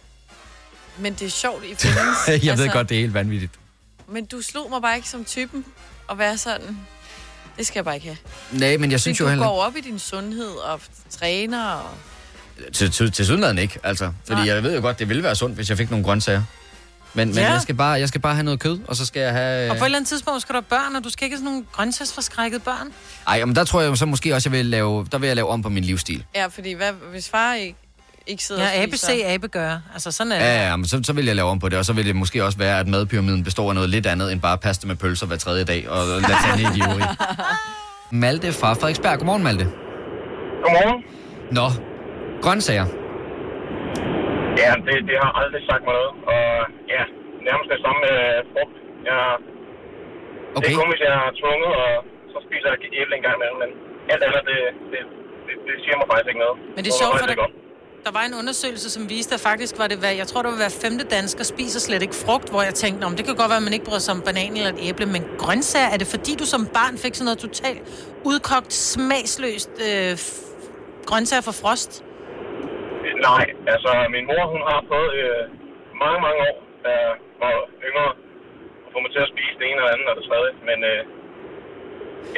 Speaker 3: Men det er sjovt, I findes.
Speaker 1: Jeg altså... ved godt, det er helt vanvittigt.
Speaker 3: Men du slog mig bare ikke som typen at være sådan. Det skal jeg bare ikke have.
Speaker 1: Nej, men jeg synes
Speaker 3: du
Speaker 1: jo heller
Speaker 3: går op i din sundhed og træner og...
Speaker 1: Til, til, til sydlandet ikke, altså. Fordi Nej. jeg ved jo godt, det ville være sundt, hvis jeg fik nogle grøntsager. Men, men
Speaker 2: Ja.
Speaker 1: ja. jeg, skal bare, jeg skal bare have noget kød, og så skal jeg have...
Speaker 2: Og på et eller andet tidspunkt skal du have børn, og du skal ikke have sådan nogle grøntsagsforskrækkede børn.
Speaker 1: Ej, men der tror jeg jo så måske også, jeg vil lave, der vil jeg lave om på min livsstil.
Speaker 3: Ja, fordi hvad, hvis far ikke, ikke sidder
Speaker 2: Ja,
Speaker 3: og spiser...
Speaker 2: ABC, abe gør. Altså sådan er det.
Speaker 1: Ja, ja, men så, så vil jeg lave om på det, og så vil det måske også være, at madpyramiden består af noget lidt andet end bare pasta med pølser hver tredje dag og lasagne i de øvrige. Malte fra Frederiksberg. Godmorgen, Malte.
Speaker 5: Godmorgen.
Speaker 1: Nå, grøntsager.
Speaker 5: Ja, det, det har aldrig sagt mig noget. Og ja, nærmest det samme med øh, frugt. Jeg, okay. Det er kun, hvis jeg er tvunget, og så spiser jeg et æble en gang imellem. Men alt andet, det, det, det, det siger mig faktisk ikke noget.
Speaker 2: Men det er sjovt, for
Speaker 5: det
Speaker 2: der, der var en undersøgelse, som viste, at faktisk var det, hvad, jeg tror, det var hver femte dansker spiser slet ikke frugt, hvor jeg tænkte, om det kan godt være, at man ikke bryder sig om banan eller et æble, men grøntsager, er det fordi, du som barn fik sådan noget totalt udkogt, smagsløst øh, f- grøntsager fra frost?
Speaker 5: Nej, altså min mor, hun har prøvet øh, mange, mange år, da jeg var yngre, at få mig til at spise det ene og det andet og det tredje. Men øh,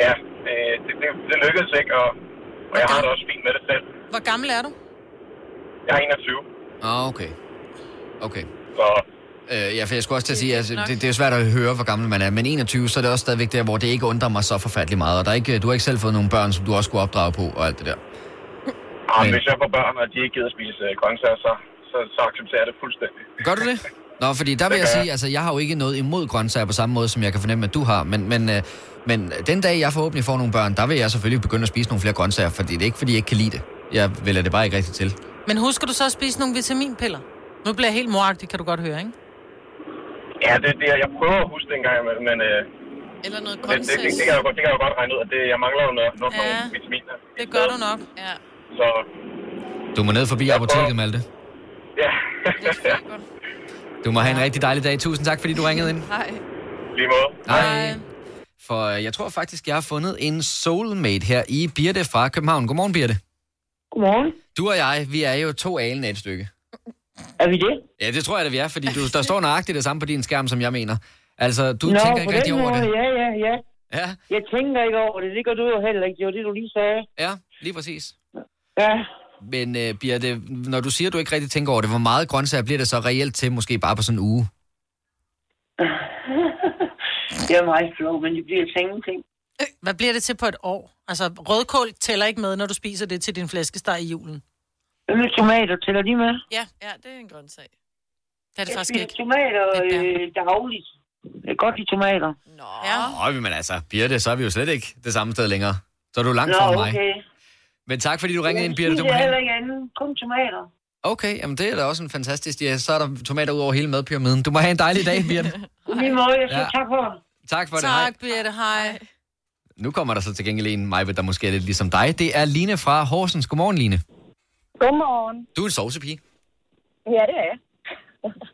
Speaker 5: ja, det, det, det, det lykkedes ikke, og, og jeg har det også fint med det selv.
Speaker 2: Hvor gammel er du?
Speaker 5: Jeg er 21.
Speaker 1: Ah, okay. Okay.
Speaker 5: Så...
Speaker 1: Øh, ja, for jeg skulle også til at sige, altså, det, det er jo svært at høre, hvor gammel man er, men 21, så er det også stadigvæk der, hvor det ikke undrer mig så forfærdeligt meget, og der er ikke, du har ikke selv fået nogle børn, som du også skulle opdrage på og alt det der.
Speaker 5: Ah, men... Hvis jeg får børn, og de ikke gider spise øh, grøntsager, så, så, så accepterer jeg det fuldstændig.
Speaker 1: Gør du det? Nå, fordi der vil
Speaker 5: Det
Speaker 1: jeg
Speaker 5: gør
Speaker 1: sige,
Speaker 5: jeg.
Speaker 1: altså jeg har jo ikke noget imod grøntsager på samme måde, som jeg kan fornemme, at du har, men, men, øh, men den dag, jeg forhåbentlig får nogle børn, der vil jeg selvfølgelig begynde at spise nogle flere grøntsager, fordi det er ikke, fordi jeg ikke kan lide det. Jeg vælger det bare ikke rigtigt til.
Speaker 2: Men husker du så at spise nogle vitaminpiller? Nu bliver jeg helt moragtig, kan du godt høre, ikke?
Speaker 5: Ja, det er det, jeg prøver at huske det en gang imellem, men øh,
Speaker 3: Eller noget
Speaker 5: det, det, det, det, kan jeg jo godt, det kan jeg jo godt regne ud, at det, jeg mangler jo noget, nok
Speaker 2: Ja.
Speaker 5: nogle vitaminer.
Speaker 2: Det gør du nok. Ja.
Speaker 5: Så
Speaker 1: Du må ned forbi apoteket, Malte.
Speaker 5: ja.
Speaker 1: Du må have en rigtig dejlig dag. Tusind tak, fordi du ringede ind.
Speaker 3: Hej.
Speaker 5: Lige måde.
Speaker 1: Hej. For øh, jeg tror faktisk, jeg har fundet en soulmate her i Birte fra København. Godmorgen, Birte.
Speaker 10: Godmorgen.
Speaker 1: Du og jeg, vi er jo to alen af et stykke. Er vi det? Ja, det tror jeg, at vi er, fordi du, der står nøjagtigt det samme på din skærm, som jeg mener. Altså, du Nå, tænker
Speaker 10: på
Speaker 1: ikke
Speaker 10: den
Speaker 1: rigtig over
Speaker 10: måde,
Speaker 1: det.
Speaker 10: Ja, ja, ja.
Speaker 1: Ja.
Speaker 10: Jeg tænker ikke over det. Det gør du jo heller ikke. Det var det, du lige sagde.
Speaker 1: Ja, lige præcis.
Speaker 10: Ja.
Speaker 1: Men øh, Birte, når du siger, at du ikke rigtig tænker over det, hvor meget grøntsager bliver det så reelt til, måske bare på sådan en uge?
Speaker 10: Det er meget flot, men det bliver til ingenting.
Speaker 2: Hvad bliver det til på et år? Altså, rødkål tæller ikke med, når du spiser det til din flæskesteg i julen.
Speaker 10: Øl, tomater, tæller de med?
Speaker 2: Ja, ja det er en grøntsag. Det er det
Speaker 10: jeg
Speaker 2: faktisk
Speaker 10: spiser
Speaker 2: ikke.
Speaker 10: tomater øh, dagligt. Jeg kan godt lide tomater.
Speaker 2: Nå. Ja.
Speaker 1: Øj, men altså, Birte, så er vi jo slet ikke det samme sted længere. Så er du langt
Speaker 10: Nå,
Speaker 1: fra mig.
Speaker 10: okay.
Speaker 1: Men tak, fordi du ringede ind, Birte. Du må
Speaker 10: Det er
Speaker 1: have...
Speaker 10: heller ikke andet. Kun tomater.
Speaker 1: Okay, jamen det er da også en fantastisk... Ja, så er der tomater ud over hele madpyramiden. Du må have en dejlig dag, Birte.
Speaker 10: Lige måde, jeg siger
Speaker 1: Ja.
Speaker 10: tak for det.
Speaker 1: Tak for det. Hej.
Speaker 2: Tak, Birte. Hej.
Speaker 1: Nu kommer der så til gengæld en, Majbe, der måske er lidt ligesom dig. Det er Line fra Horsens. Godmorgen, Line.
Speaker 11: Godmorgen.
Speaker 1: Du er en sovsepige.
Speaker 11: Ja, det er jeg.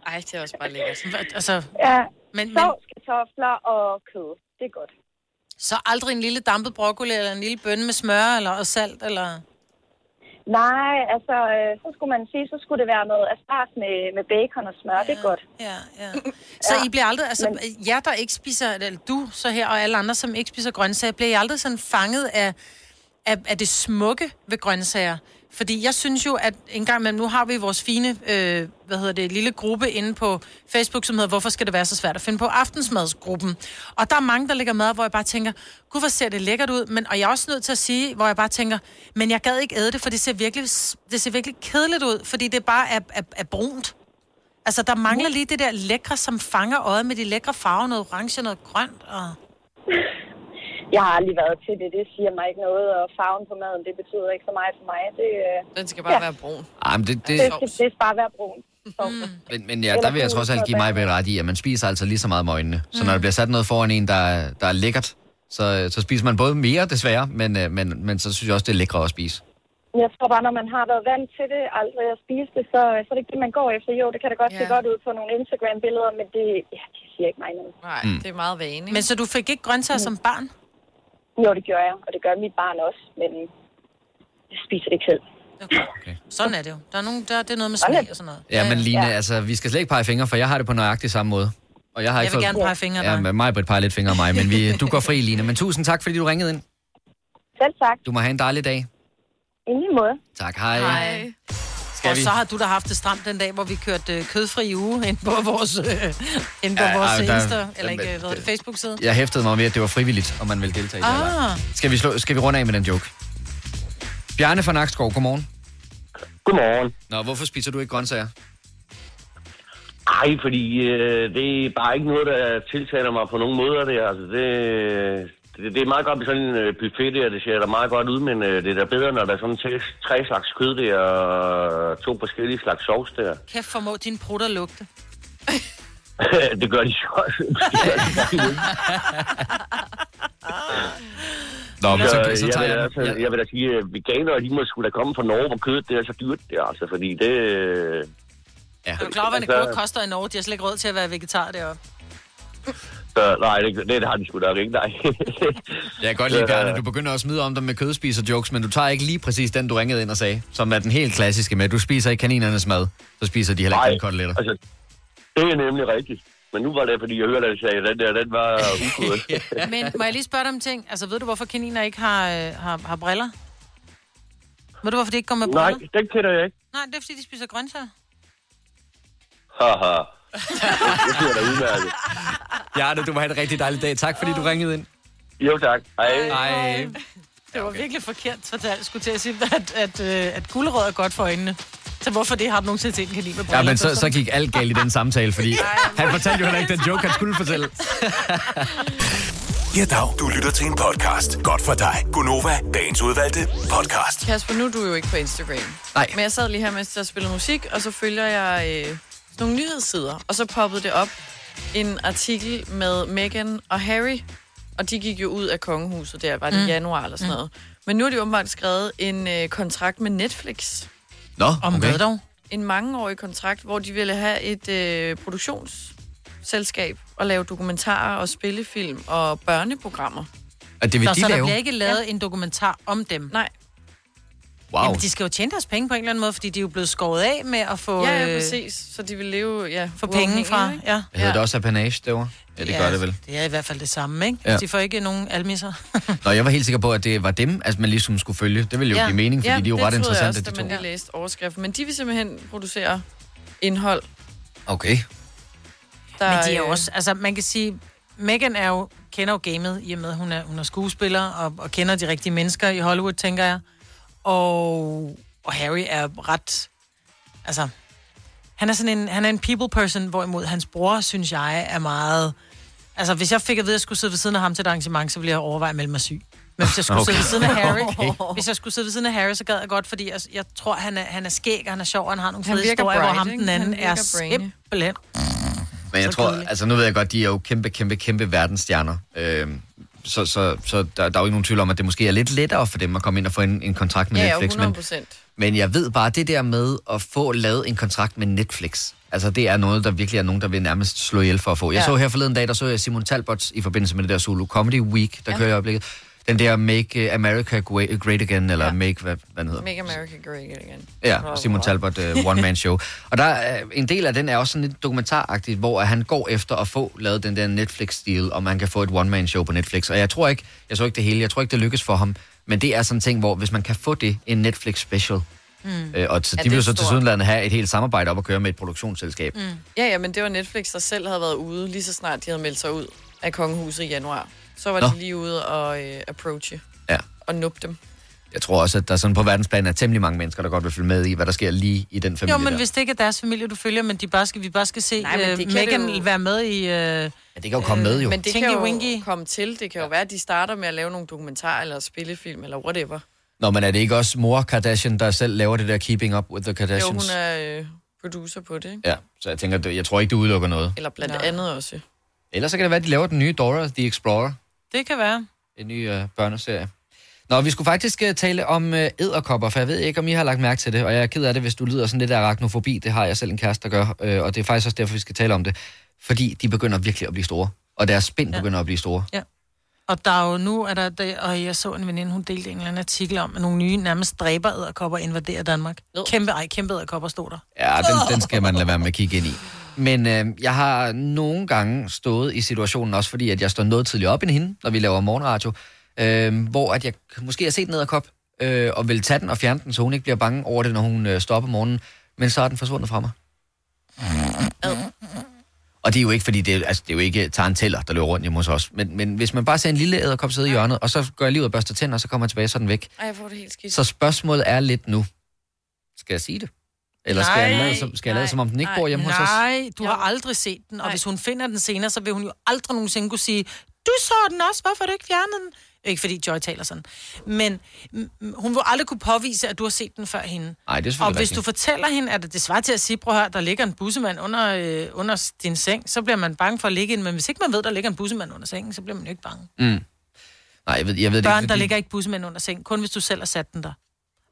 Speaker 3: Ej, det er også bare lækkert.
Speaker 2: Altså,
Speaker 11: Ja,
Speaker 2: men, men
Speaker 11: sovs, kartofler og kød. Det er godt.
Speaker 2: så aldrig en lille dampet broccoli, eller en lille bønne med smør eller, og salt, eller...
Speaker 11: Nej, altså, øh, så skulle man sige, så skulle det være noget asparges med, med bacon og smør. Ja. Det er godt.
Speaker 2: Ja, ja. Så I bliver aldrig, altså men... jer, der ikke spiser, eller du så her, og alle andre, som ikke spiser grøntsager, bliver I aldrig sådan fanget af, af, af det smukke ved grøntsager? Fordi jeg synes jo, at en gang imellem, nu har vi vores fine, øh, hvad hedder det, lille gruppe inde på Facebook, som hedder, hvorfor skal det være så svært at finde på aftensmadsgruppen? Og der er mange, der ligger mad, hvor jeg bare tænker, gud, hvor ser det lækkert ud, men, og jeg er også nødt til at sige, hvor jeg bare tænker, men jeg gad ikke æde det, for det ser virkelig, det ser virkelig kedeligt ud, fordi det bare er, er, er brunt. Altså, der mangler lige det der lækre, som fanger øjet med de lækre farver, noget orange, noget grønt. Og...
Speaker 11: Jeg har aldrig været til det. Det siger mig ikke noget, og farven på maden, det betyder ikke så meget for mig. Det, øh,
Speaker 3: Den skal bare være brun.
Speaker 1: Ej, men det,
Speaker 11: Det,
Speaker 1: det,
Speaker 11: skal, det skal bare være brun. Mm.
Speaker 1: men, men ja, der vil jeg trods alt give mig ret i, at man spiser altså lige så meget med øjnene. Så
Speaker 11: Mm.
Speaker 1: når der bliver sat noget foran en, der, er- der er lækkert, så, så spiser man både mere desværre, men, øh, men, men så synes jeg også, det er lækre at spise.
Speaker 11: Jeg tror bare, når man har været vant til det, aldrig at spise det, så, så er det ikke det, man går efter. Jo, det kan da godt se godt ud på nogle Instagram-billeder, men det, ja, det siger ikke mig noget.
Speaker 3: Nej,
Speaker 11: Mm.
Speaker 3: det er meget vane.
Speaker 2: Men så du fik ikke grøntsager som barn?
Speaker 11: Jo, det gør jeg, og det gør mit barn også, men jeg spiser det ikke selv.
Speaker 2: Sådan er det jo. Der er nogen, der, det er noget med
Speaker 11: Sådan er
Speaker 2: smag
Speaker 11: det.
Speaker 2: og sådan noget.
Speaker 1: Ja, men Line, altså, vi skal slet ikke pege fingre, for jeg har det på nøjagtig samme måde. Og jeg, har
Speaker 2: Jeg vil
Speaker 1: ikke fået...
Speaker 2: gerne pege fingre af
Speaker 1: Ja,
Speaker 2: dig.
Speaker 1: men mig, Britt, peger lidt fingre af mig, men vi, du går fri, Line. Men tusind tak, fordi du ringede ind.
Speaker 11: Selv tak.
Speaker 1: Du må have en dejlig dag.
Speaker 11: I lige måde.
Speaker 1: Tak, hej. Skal
Speaker 2: og
Speaker 1: vi-
Speaker 2: så har du da haft det stramt den dag, hvor vi kørte øh, kødfri uge ind på vores, øh, ind på
Speaker 1: Ja,
Speaker 2: ja, vores
Speaker 1: ej,
Speaker 2: ja,
Speaker 1: der-
Speaker 2: Insta,
Speaker 1: der-
Speaker 2: eller ikke, øh, hvad hedder det, Facebook-side.
Speaker 1: Jeg hæftede mig ved, at det var frivilligt, om man vil deltage i det. eller ej.
Speaker 2: Ah,
Speaker 1: Skal vi, slå, skal vi runde af med den joke? Bjarne fra Nakskov, godmorgen.
Speaker 13: Godmorgen.
Speaker 1: Nå, hvorfor spiser du ikke grøntsager?
Speaker 13: Ej, fordi øh, det er bare ikke noget, der tiltaler mig på nogen måder. Det, altså, det, det, det er meget godt med sådan en øh, buffet der, det ser da meget godt ud, men øh, det er da bedre, når der er sådan tre, tre slags kød der og to forskellige slags sovs der.
Speaker 2: kæft formå dine prutter lugte.
Speaker 13: det gør de så også.
Speaker 1: Nå, men så, så
Speaker 13: jeg,
Speaker 1: tager
Speaker 13: vil,
Speaker 1: jeg,
Speaker 13: altså, jeg vil da sige, at veganere, de må sgu da komme fra Norge, hvor kødet det er så dyrt der, altså, fordi det... øh, Altså,
Speaker 1: Ja.
Speaker 2: Er du klar over, hvad en
Speaker 1: Altså-
Speaker 2: agurk koster i Norge? De har slet ikke råd til at være vegetar deroppe.
Speaker 13: Så, nej, det, det har de sgu nok ikke, nej.
Speaker 1: Jeg kan godt lide, Bjarne, du begynder at smide om dig med kødspiser-jokes, men du tager ikke lige præcis den, du ringede ind og sagde, som er den helt klassiske med, at du spiser ikke kaninernes mad, så spiser de heller ikke dine koteletter.
Speaker 13: Altså, det er nemlig rigtigt. Men nu var det, fordi jeg hørte, at jeg sagde, at den der, den var ukodet.
Speaker 2: Men må jeg lige spørge dig om en ting? Altså, ved du, hvorfor kaniner ikke har, øh, har, har briller? Ved du, hvorfor de ikke går med briller?
Speaker 13: Nej, den kender jeg ikke.
Speaker 2: Nej, det er, fordi de spiser grøntsager.
Speaker 13: Haha. Det bliver da udmærket.
Speaker 1: Bjarne, du må have en rigtig dejlig dag. Tak, fordi du ringede ind.
Speaker 13: Jo, tak. Hej.
Speaker 1: Hej.
Speaker 2: Det var virkelig forkert fortalt, skulle til at sige, at, at, øh, at gulerød er godt for øjnene. Så hvorfor det har du nogensinde set en kanin med briller?
Speaker 1: Ja, men
Speaker 2: på?
Speaker 1: så, så gik alt galt i den samtale, fordi han fortalte jo heller ikke den joke, han skulle fortælle.
Speaker 8: Ja, dag. Du lytter til en podcast. Godt for dig. Gunova, dagens udvalgte podcast.
Speaker 3: Kasper, nu er du jo ikke på Instagram.
Speaker 1: Nej.
Speaker 3: Men jeg sad lige her, mens jeg spillede musik, og så følger jeg øh, sådan nogle nyhedssider. Og så poppede det op en artikel med Meghan og Harry. Og de gik jo ud af kongehuset der, var det mm.
Speaker 2: Mm.
Speaker 3: januar eller sådan
Speaker 2: Mm.
Speaker 3: noget. Men nu har de åbenbart skrevet en øh, kontrakt med Netflix.
Speaker 1: Nå, Om okay. hvad dog?
Speaker 3: En mangeårig kontrakt, hvor de ville have et øh, produktionsselskab og lave dokumentarer og spillefilm og børneprogrammer.
Speaker 1: Og det vil
Speaker 2: Nå,
Speaker 1: de
Speaker 2: så der
Speaker 1: lave?
Speaker 2: bliver ikke lavet ja. en dokumentar om dem?
Speaker 3: Nej.
Speaker 1: Wow.
Speaker 2: Jamen, de skal jo tjene deres penge på en eller anden måde, fordi de er jo blevet skåret af med at få...
Speaker 3: Ja, ja,
Speaker 2: øh,
Speaker 3: præcis. Så de vil leve ja,
Speaker 2: Få penge fra,
Speaker 3: uafhængigt, ikke?
Speaker 2: ja.
Speaker 1: Hedder det også apanage derovre? Ja, det gør det vel.
Speaker 2: Det er i hvert fald det samme, ikke?
Speaker 1: Ja.
Speaker 2: Ja. De får ikke nogen almisser.
Speaker 1: Nå, jeg var helt sikker på, at det var dem, altså man ligesom skulle følge. Det ville jo ja. give mening, fordi ja, de er jo
Speaker 3: det troede
Speaker 1: ret
Speaker 3: jeg
Speaker 1: interessante,
Speaker 3: også,
Speaker 1: de
Speaker 3: da
Speaker 1: to.
Speaker 3: man lige læste overskriften. Men de vil simpelthen producere indhold.
Speaker 1: Okay.
Speaker 3: Der,
Speaker 2: Men de er jo
Speaker 3: øh,
Speaker 2: også, altså man kan sige, Megan er jo, kender jo gamet, i og med hun er, hun er skuespiller og, og kender de rigtige mennesker i Hollywood, tænker jeg. Og, og Harry er ret, altså, han er sådan en, han er en people person, hvorimod hans bror, synes jeg, er meget, altså hvis jeg fik at vide, at jeg skulle sidde ved siden af ham til et arrangement, så ville jeg overveje at melde mig syg. Men hvis jeg skulle okay.
Speaker 7: Okay.
Speaker 2: sidde ved siden af Harry, okay. hvis jeg skulle sidde ved siden af Harry, så gad jeg godt, fordi jeg, jeg tror, han er, han er skæg, og han er sjov, og han har nogle
Speaker 3: Han
Speaker 2: fede
Speaker 3: virker
Speaker 2: historier, hvor
Speaker 3: bright,
Speaker 2: ham
Speaker 3: ikke?
Speaker 2: den anden
Speaker 3: Han virker
Speaker 2: er
Speaker 3: brainy.
Speaker 2: simpelthen
Speaker 1: Men jeg tror, altså nu ved jeg godt, de er jo kæmpe, kæmpe, kæmpe verdensstjerner. Øhm, så så, så der, der er jo ikke nogen tvivl om, at det måske er lidt lettere for dem at komme ind og få en, en kontrakt med
Speaker 3: Ja, ja,
Speaker 1: Netflix.
Speaker 3: 100 procent.
Speaker 1: Men jeg ved bare, det der med at få lavet en kontrakt med Netflix, altså det er noget, der virkelig er nogen, der vil nærmest slå ihjel for at få. Jeg
Speaker 20: Ja.
Speaker 1: så her forleden dag, der så jeg Simon Talbots i forbindelse med det der Zulu Comedy Week,
Speaker 3: Ja.
Speaker 1: der ja. kører i øjeblikket. Den der Make øh, America Gre- Great Again, eller ja. Make, hvad, hvad den hedder?
Speaker 3: Make America Great Again.
Speaker 1: Ja, Simon Talbot, uh, One Man Show. Og der er, øh, en del af den er også sådan lidt dokumentaragtigt, hvor at han går efter at få lavet den der Netflix-deal, om han kan få et One Man Show på Netflix. Og jeg tror ikke, jeg så ikke det hele, jeg tror ikke, det lykkes for ham. Men det er sådan en ting, hvor hvis man kan få det, en Netflix special,
Speaker 3: Mm.
Speaker 1: øh, og så,
Speaker 3: Ja, det
Speaker 1: de vil
Speaker 3: er
Speaker 1: jo så til
Speaker 3: stort.
Speaker 1: sydenlandet have et helt samarbejde op at køre med et produktionsselskab.
Speaker 3: Mm. Ja, ja, men det var Netflix, der selv havde været ude, lige så snart de havde meldt sig ud af kongehuset i januar. Så var
Speaker 1: Nå.
Speaker 3: Nå. de lige ude og øh, approache
Speaker 1: Ja.
Speaker 3: og nuppe dem.
Speaker 1: Jeg tror også, at der sådan på verdensplan er temmelig mange mennesker, der godt vil følge med i, hvad der sker lige i den familie
Speaker 2: jo, men
Speaker 1: der.
Speaker 2: hvis det ikke er deres familie, du følger, men de bare skal, vi bare skal se
Speaker 3: Nej, men det
Speaker 2: Nej,
Speaker 3: kan
Speaker 2: uh,
Speaker 3: det
Speaker 2: Megan
Speaker 3: jo-
Speaker 2: være med i... Uh, ja,
Speaker 1: det kan jo komme med, jo.
Speaker 3: Øh, Men det
Speaker 2: Tinky
Speaker 3: kan jo
Speaker 2: Winky.
Speaker 3: komme til. Det kan jo være, at de starter med at lave nogle dokumentarer eller spillefilm eller whatever.
Speaker 1: Nå, men er det ikke også mor Kardashian, der selv laver det der Keeping Up with the
Speaker 3: Jo,
Speaker 1: Kardashians?
Speaker 3: hun er øh, producer på det, ikke?
Speaker 1: Ja, så jeg tænker, det- jeg tror ikke, det udelukker noget.
Speaker 3: Eller blandt Nej. andet også.
Speaker 1: Ellers så kan det være, at de laver den nye Dora the Explorer,
Speaker 2: Det kan være.
Speaker 1: en ny øh, børneserie. Nå, vi skulle faktisk øh, tale om øh, æderkopper, for jeg ved ikke, om I har lagt mærke til det, og jeg er ked af det, hvis du lyder sådan lidt af arachnofobi. Det har jeg selv en kæreste, der gør, øh, og det er faktisk også derfor, vi skal tale om det. Fordi de begynder virkelig at blive store, og deres spind ja. begynder at blive store.
Speaker 2: Og der er jo nu, er der, der, og jeg så en veninde, hun delte en eller anden artikel om, at nogle nye nærmest dræber æderkopper invaderer Danmark. Kæmpe, ej, kæmpe æderkopper stod der.
Speaker 1: Ja, den, den skal man lade være med at kigge ind i. Men øh, jeg har nogle gange stået i situationen, også fordi at jeg står noget tidligere op end hende, når vi laver morgenradio, øh, hvor at jeg måske har set en æderkop, øh, og vil tage den og fjerne den, så hun ikke bliver bange over det, når hun øh, står op om morgenen. Men så er den forsvundet fra mig. Og det er jo ikke, fordi det, altså, det er jo ikke taranteller, der løber rundt hjemme hos os. Men, men hvis man bare ser en lille æderkop sidde i hjørnet, og så gør jeg lige ud og børster tænder, og så kommer jeg tilbage, så er den væk.
Speaker 3: Ej, jeg får det helt skidt.
Speaker 1: Så spørgsmålet er lidt nu. Skal jeg sige det? Eller skal jeg lade, som, skal jeg lade, som om den ikke
Speaker 2: nej,
Speaker 1: bor hjemme
Speaker 2: nej,
Speaker 1: hos os?
Speaker 2: Nej, du har aldrig set den, og nej. hvis hun finder den senere, så vil hun jo aldrig nogensinde kunne sige, du så den også, hvorfor har du ikke fjernet den? Ikke fordi Joy taler sådan. Men mm, mm, hun vil aldrig kunne påvise, at du har set den før hende.
Speaker 1: Nej, det er
Speaker 2: Og
Speaker 1: selvfølgelig
Speaker 2: hvis du
Speaker 1: rigtigt.
Speaker 2: fortæller hende, at det svarer til at sige, prøv her, der ligger en bussemand under, øh, under din seng, så bliver man bange for at ligge ind. Men hvis ikke man ved, der ligger en bussemand under sengen, så bliver man jo ikke bange.
Speaker 1: Mm. Nej, jeg ved, jeg ved det
Speaker 2: Børn,
Speaker 1: ikke,
Speaker 2: der ligger ikke bussemænd under sengen, kun hvis du selv har sat den der.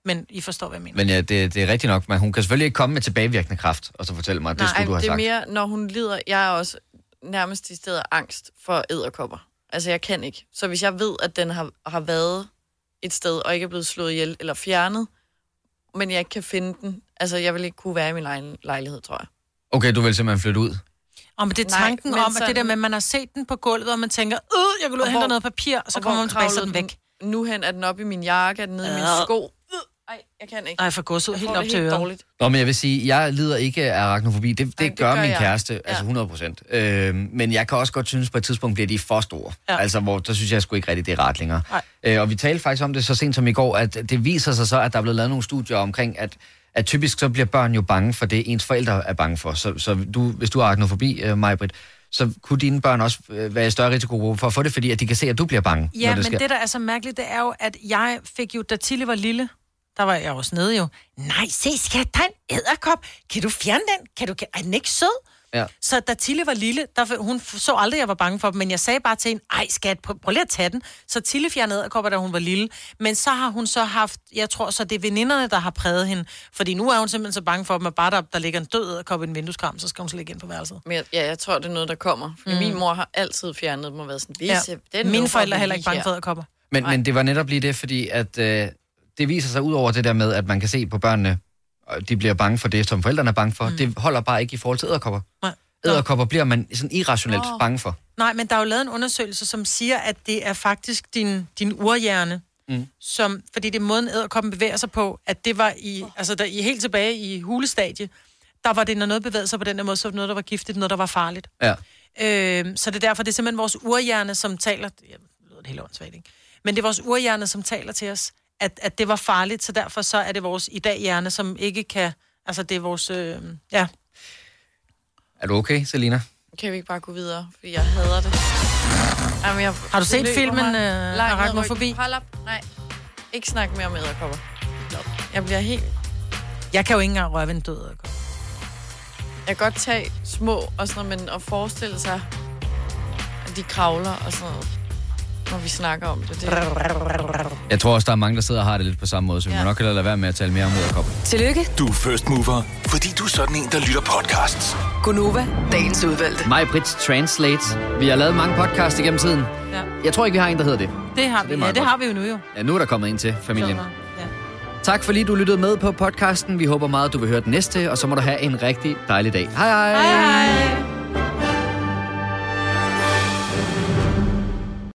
Speaker 2: Men I forstår, hvad jeg mener.
Speaker 1: Men ja, det, det er rigtigt nok, men hun kan selvfølgelig ikke komme med tilbagevirkende kraft, og så fortælle mig, at det skulle du have
Speaker 3: det er
Speaker 1: sagt.
Speaker 3: mere, når hun lider. Jeg er også nærmest i stedet angst for æderkopper. Altså, jeg kan ikke. Så hvis jeg ved, at den har, har været et sted, og ikke er blevet slået ihjel eller fjernet, men jeg ikke kan finde den, altså, jeg vil ikke kunne være i min egen lejlighed, tror jeg.
Speaker 1: Okay, du vil simpelthen flytte ud.
Speaker 2: Og men det er
Speaker 3: Nej,
Speaker 2: tanken
Speaker 3: men
Speaker 2: Nej, om, at
Speaker 3: sådan-
Speaker 2: det der med, at man har set den på gulvet, og man tænker, øh, jeg vil ud og,
Speaker 3: Og
Speaker 2: hente
Speaker 3: hvor-
Speaker 2: noget papir, og så
Speaker 3: Og
Speaker 2: kommer
Speaker 3: hvor
Speaker 2: hun tilbage, så er
Speaker 3: kravlede
Speaker 2: den væk.
Speaker 3: Nu hen er den oppe i min jakke, er den nede i
Speaker 2: Ja.
Speaker 3: mine sko. Nej, jeg kan ikke.
Speaker 2: Ej, for gods ud,
Speaker 3: Jeg
Speaker 2: helt
Speaker 3: får
Speaker 2: op
Speaker 3: det
Speaker 2: til øret.
Speaker 3: dårligt.
Speaker 1: Nå, men jeg vil sige, jeg lider ikke af arachnofobi. Det, det, det gør,
Speaker 3: gør
Speaker 1: min
Speaker 3: jeg.
Speaker 1: kæreste, altså 100 procent. Øhm, men jeg kan også godt synes, på et tidspunkt bliver de for store. Ja. Altså, hvor der synes jeg sgu ikke rigtigt, det er ret længere. Øh, og vi talte faktisk om det så sent som i går, at det viser sig så, at der er blevet lavet nogle studier omkring, at, at typisk så bliver børn jo bange for det, ens forældre er bange for. Så, så du, hvis du har arachnofobi, øh, Majbrit, så kunne dine børn også øh, være i større risikogruppe for at få det, fordi at de kan se, at du bliver bange,
Speaker 2: Ja,
Speaker 1: når
Speaker 2: det
Speaker 1: det
Speaker 2: men
Speaker 1: sker.
Speaker 2: det, der er så mærkeligt, det er jo, at jeg fik jo, da Tilly var lille, der var jeg også nede jo. Nej, se skat, der er en æderkop. Kan du fjerne den? Kan du, er den ikke sød?
Speaker 1: Ja.
Speaker 2: Så da Tille var lille, der, hun f- så aldrig, at jeg var bange for dem, men jeg sagde bare til hende, ej skat, prøv, prøv lige at tage den. Så Tille fjernede æderkopper, da hun var lille. Men så har hun så haft, jeg tror så det er veninderne, der har præget hende. Fordi nu er hun simpelthen så bange for dem, at bare der, der ligger en død æderkop i en vindueskram, så skal hun slet ikke ind på værelset.
Speaker 3: Men jeg, ja, jeg tror, det er noget, der kommer. Fordi
Speaker 2: Mm.
Speaker 3: mm. min mor har altid fjernet dem og været sådan,
Speaker 2: Ja.
Speaker 3: Lise, ja. den
Speaker 2: Mine
Speaker 3: lukker vi
Speaker 2: forældre er heller
Speaker 3: lige
Speaker 2: ikke bange
Speaker 3: her."
Speaker 2: for æderkopper.
Speaker 1: Men, men det var netop lige det, fordi at øh, det det viser sig ud over det der med, at man kan se på børnene, og de bliver bange for det, som forældrene er bange for. Mm. Det holder bare ikke i forhold til æderkopper.
Speaker 2: Nej.
Speaker 1: Æderkopper bliver man sådan irrationelt
Speaker 2: Nå.
Speaker 1: oh. bange for.
Speaker 2: Nej, men der er jo lavet en undersøgelse, som siger, at det er faktisk din, din urhjerne,
Speaker 1: Mm.
Speaker 2: som, fordi det er måden, æderkoppen bevæger sig på, at det var i, altså der, i helt tilbage i hulestadie, der var det, når noget bevægede sig på den der måde, så var det noget, der var giftigt, noget, der var farligt.
Speaker 1: Ja.
Speaker 2: Øh, så det er derfor, det er simpelthen vores urhjerne, som taler... Jeg lyder det helt åndssvagt, ikke? Men det er vores urhjerne, som taler til os, at, at det var farligt, så derfor så er det vores i dag hjerne, som ikke kan... Altså, det er vores... Øh, ja.
Speaker 1: Er du okay, Selina?
Speaker 3: Kan vi ikke bare gå videre? Fordi jeg hader det. Jamen, jeg,
Speaker 2: Har du set
Speaker 3: løber
Speaker 2: filmen,
Speaker 3: mig. Langt
Speaker 2: øh,
Speaker 3: ned ad
Speaker 2: Arachnofobi?
Speaker 3: ryggen. Hold op. Nej. Ikke snak mere om æderkopper. Jeg bliver helt...
Speaker 2: Jeg kan jo ikke engang røre ved en død æderkop.
Speaker 3: Jeg kan godt tage små og sådan noget, men at forestille sig, at de kravler og sådan noget, når vi snakker om det. det...
Speaker 1: Jeg tror også, der er mange, der sidder og har det lidt på samme måde, så vi ja. må nok hellere lade være med at tale mere om æderkopper.
Speaker 7: Tillykke,
Speaker 1: Du er first mover, fordi du er sådan en, der lytter podcasts.
Speaker 7: Gunova, dagens udvalgte.
Speaker 1: My Brits Translate. Vi har lavet mange podcasts igennem tiden.
Speaker 2: Ja.
Speaker 1: Jeg tror ikke, vi har en, der hedder det.
Speaker 2: Det har vi,
Speaker 1: Så er
Speaker 2: det, ja,
Speaker 1: meget
Speaker 2: det
Speaker 1: godt.
Speaker 2: har vi jo nu jo.
Speaker 1: Ja, nu er der kommet en til, familien.
Speaker 2: Sådan.
Speaker 1: Tak fordi du lyttede med på podcasten. Vi håber meget, du vil høre den næste, og så må du have en rigtig dejlig dag. Hej hej!
Speaker 2: Hej hej!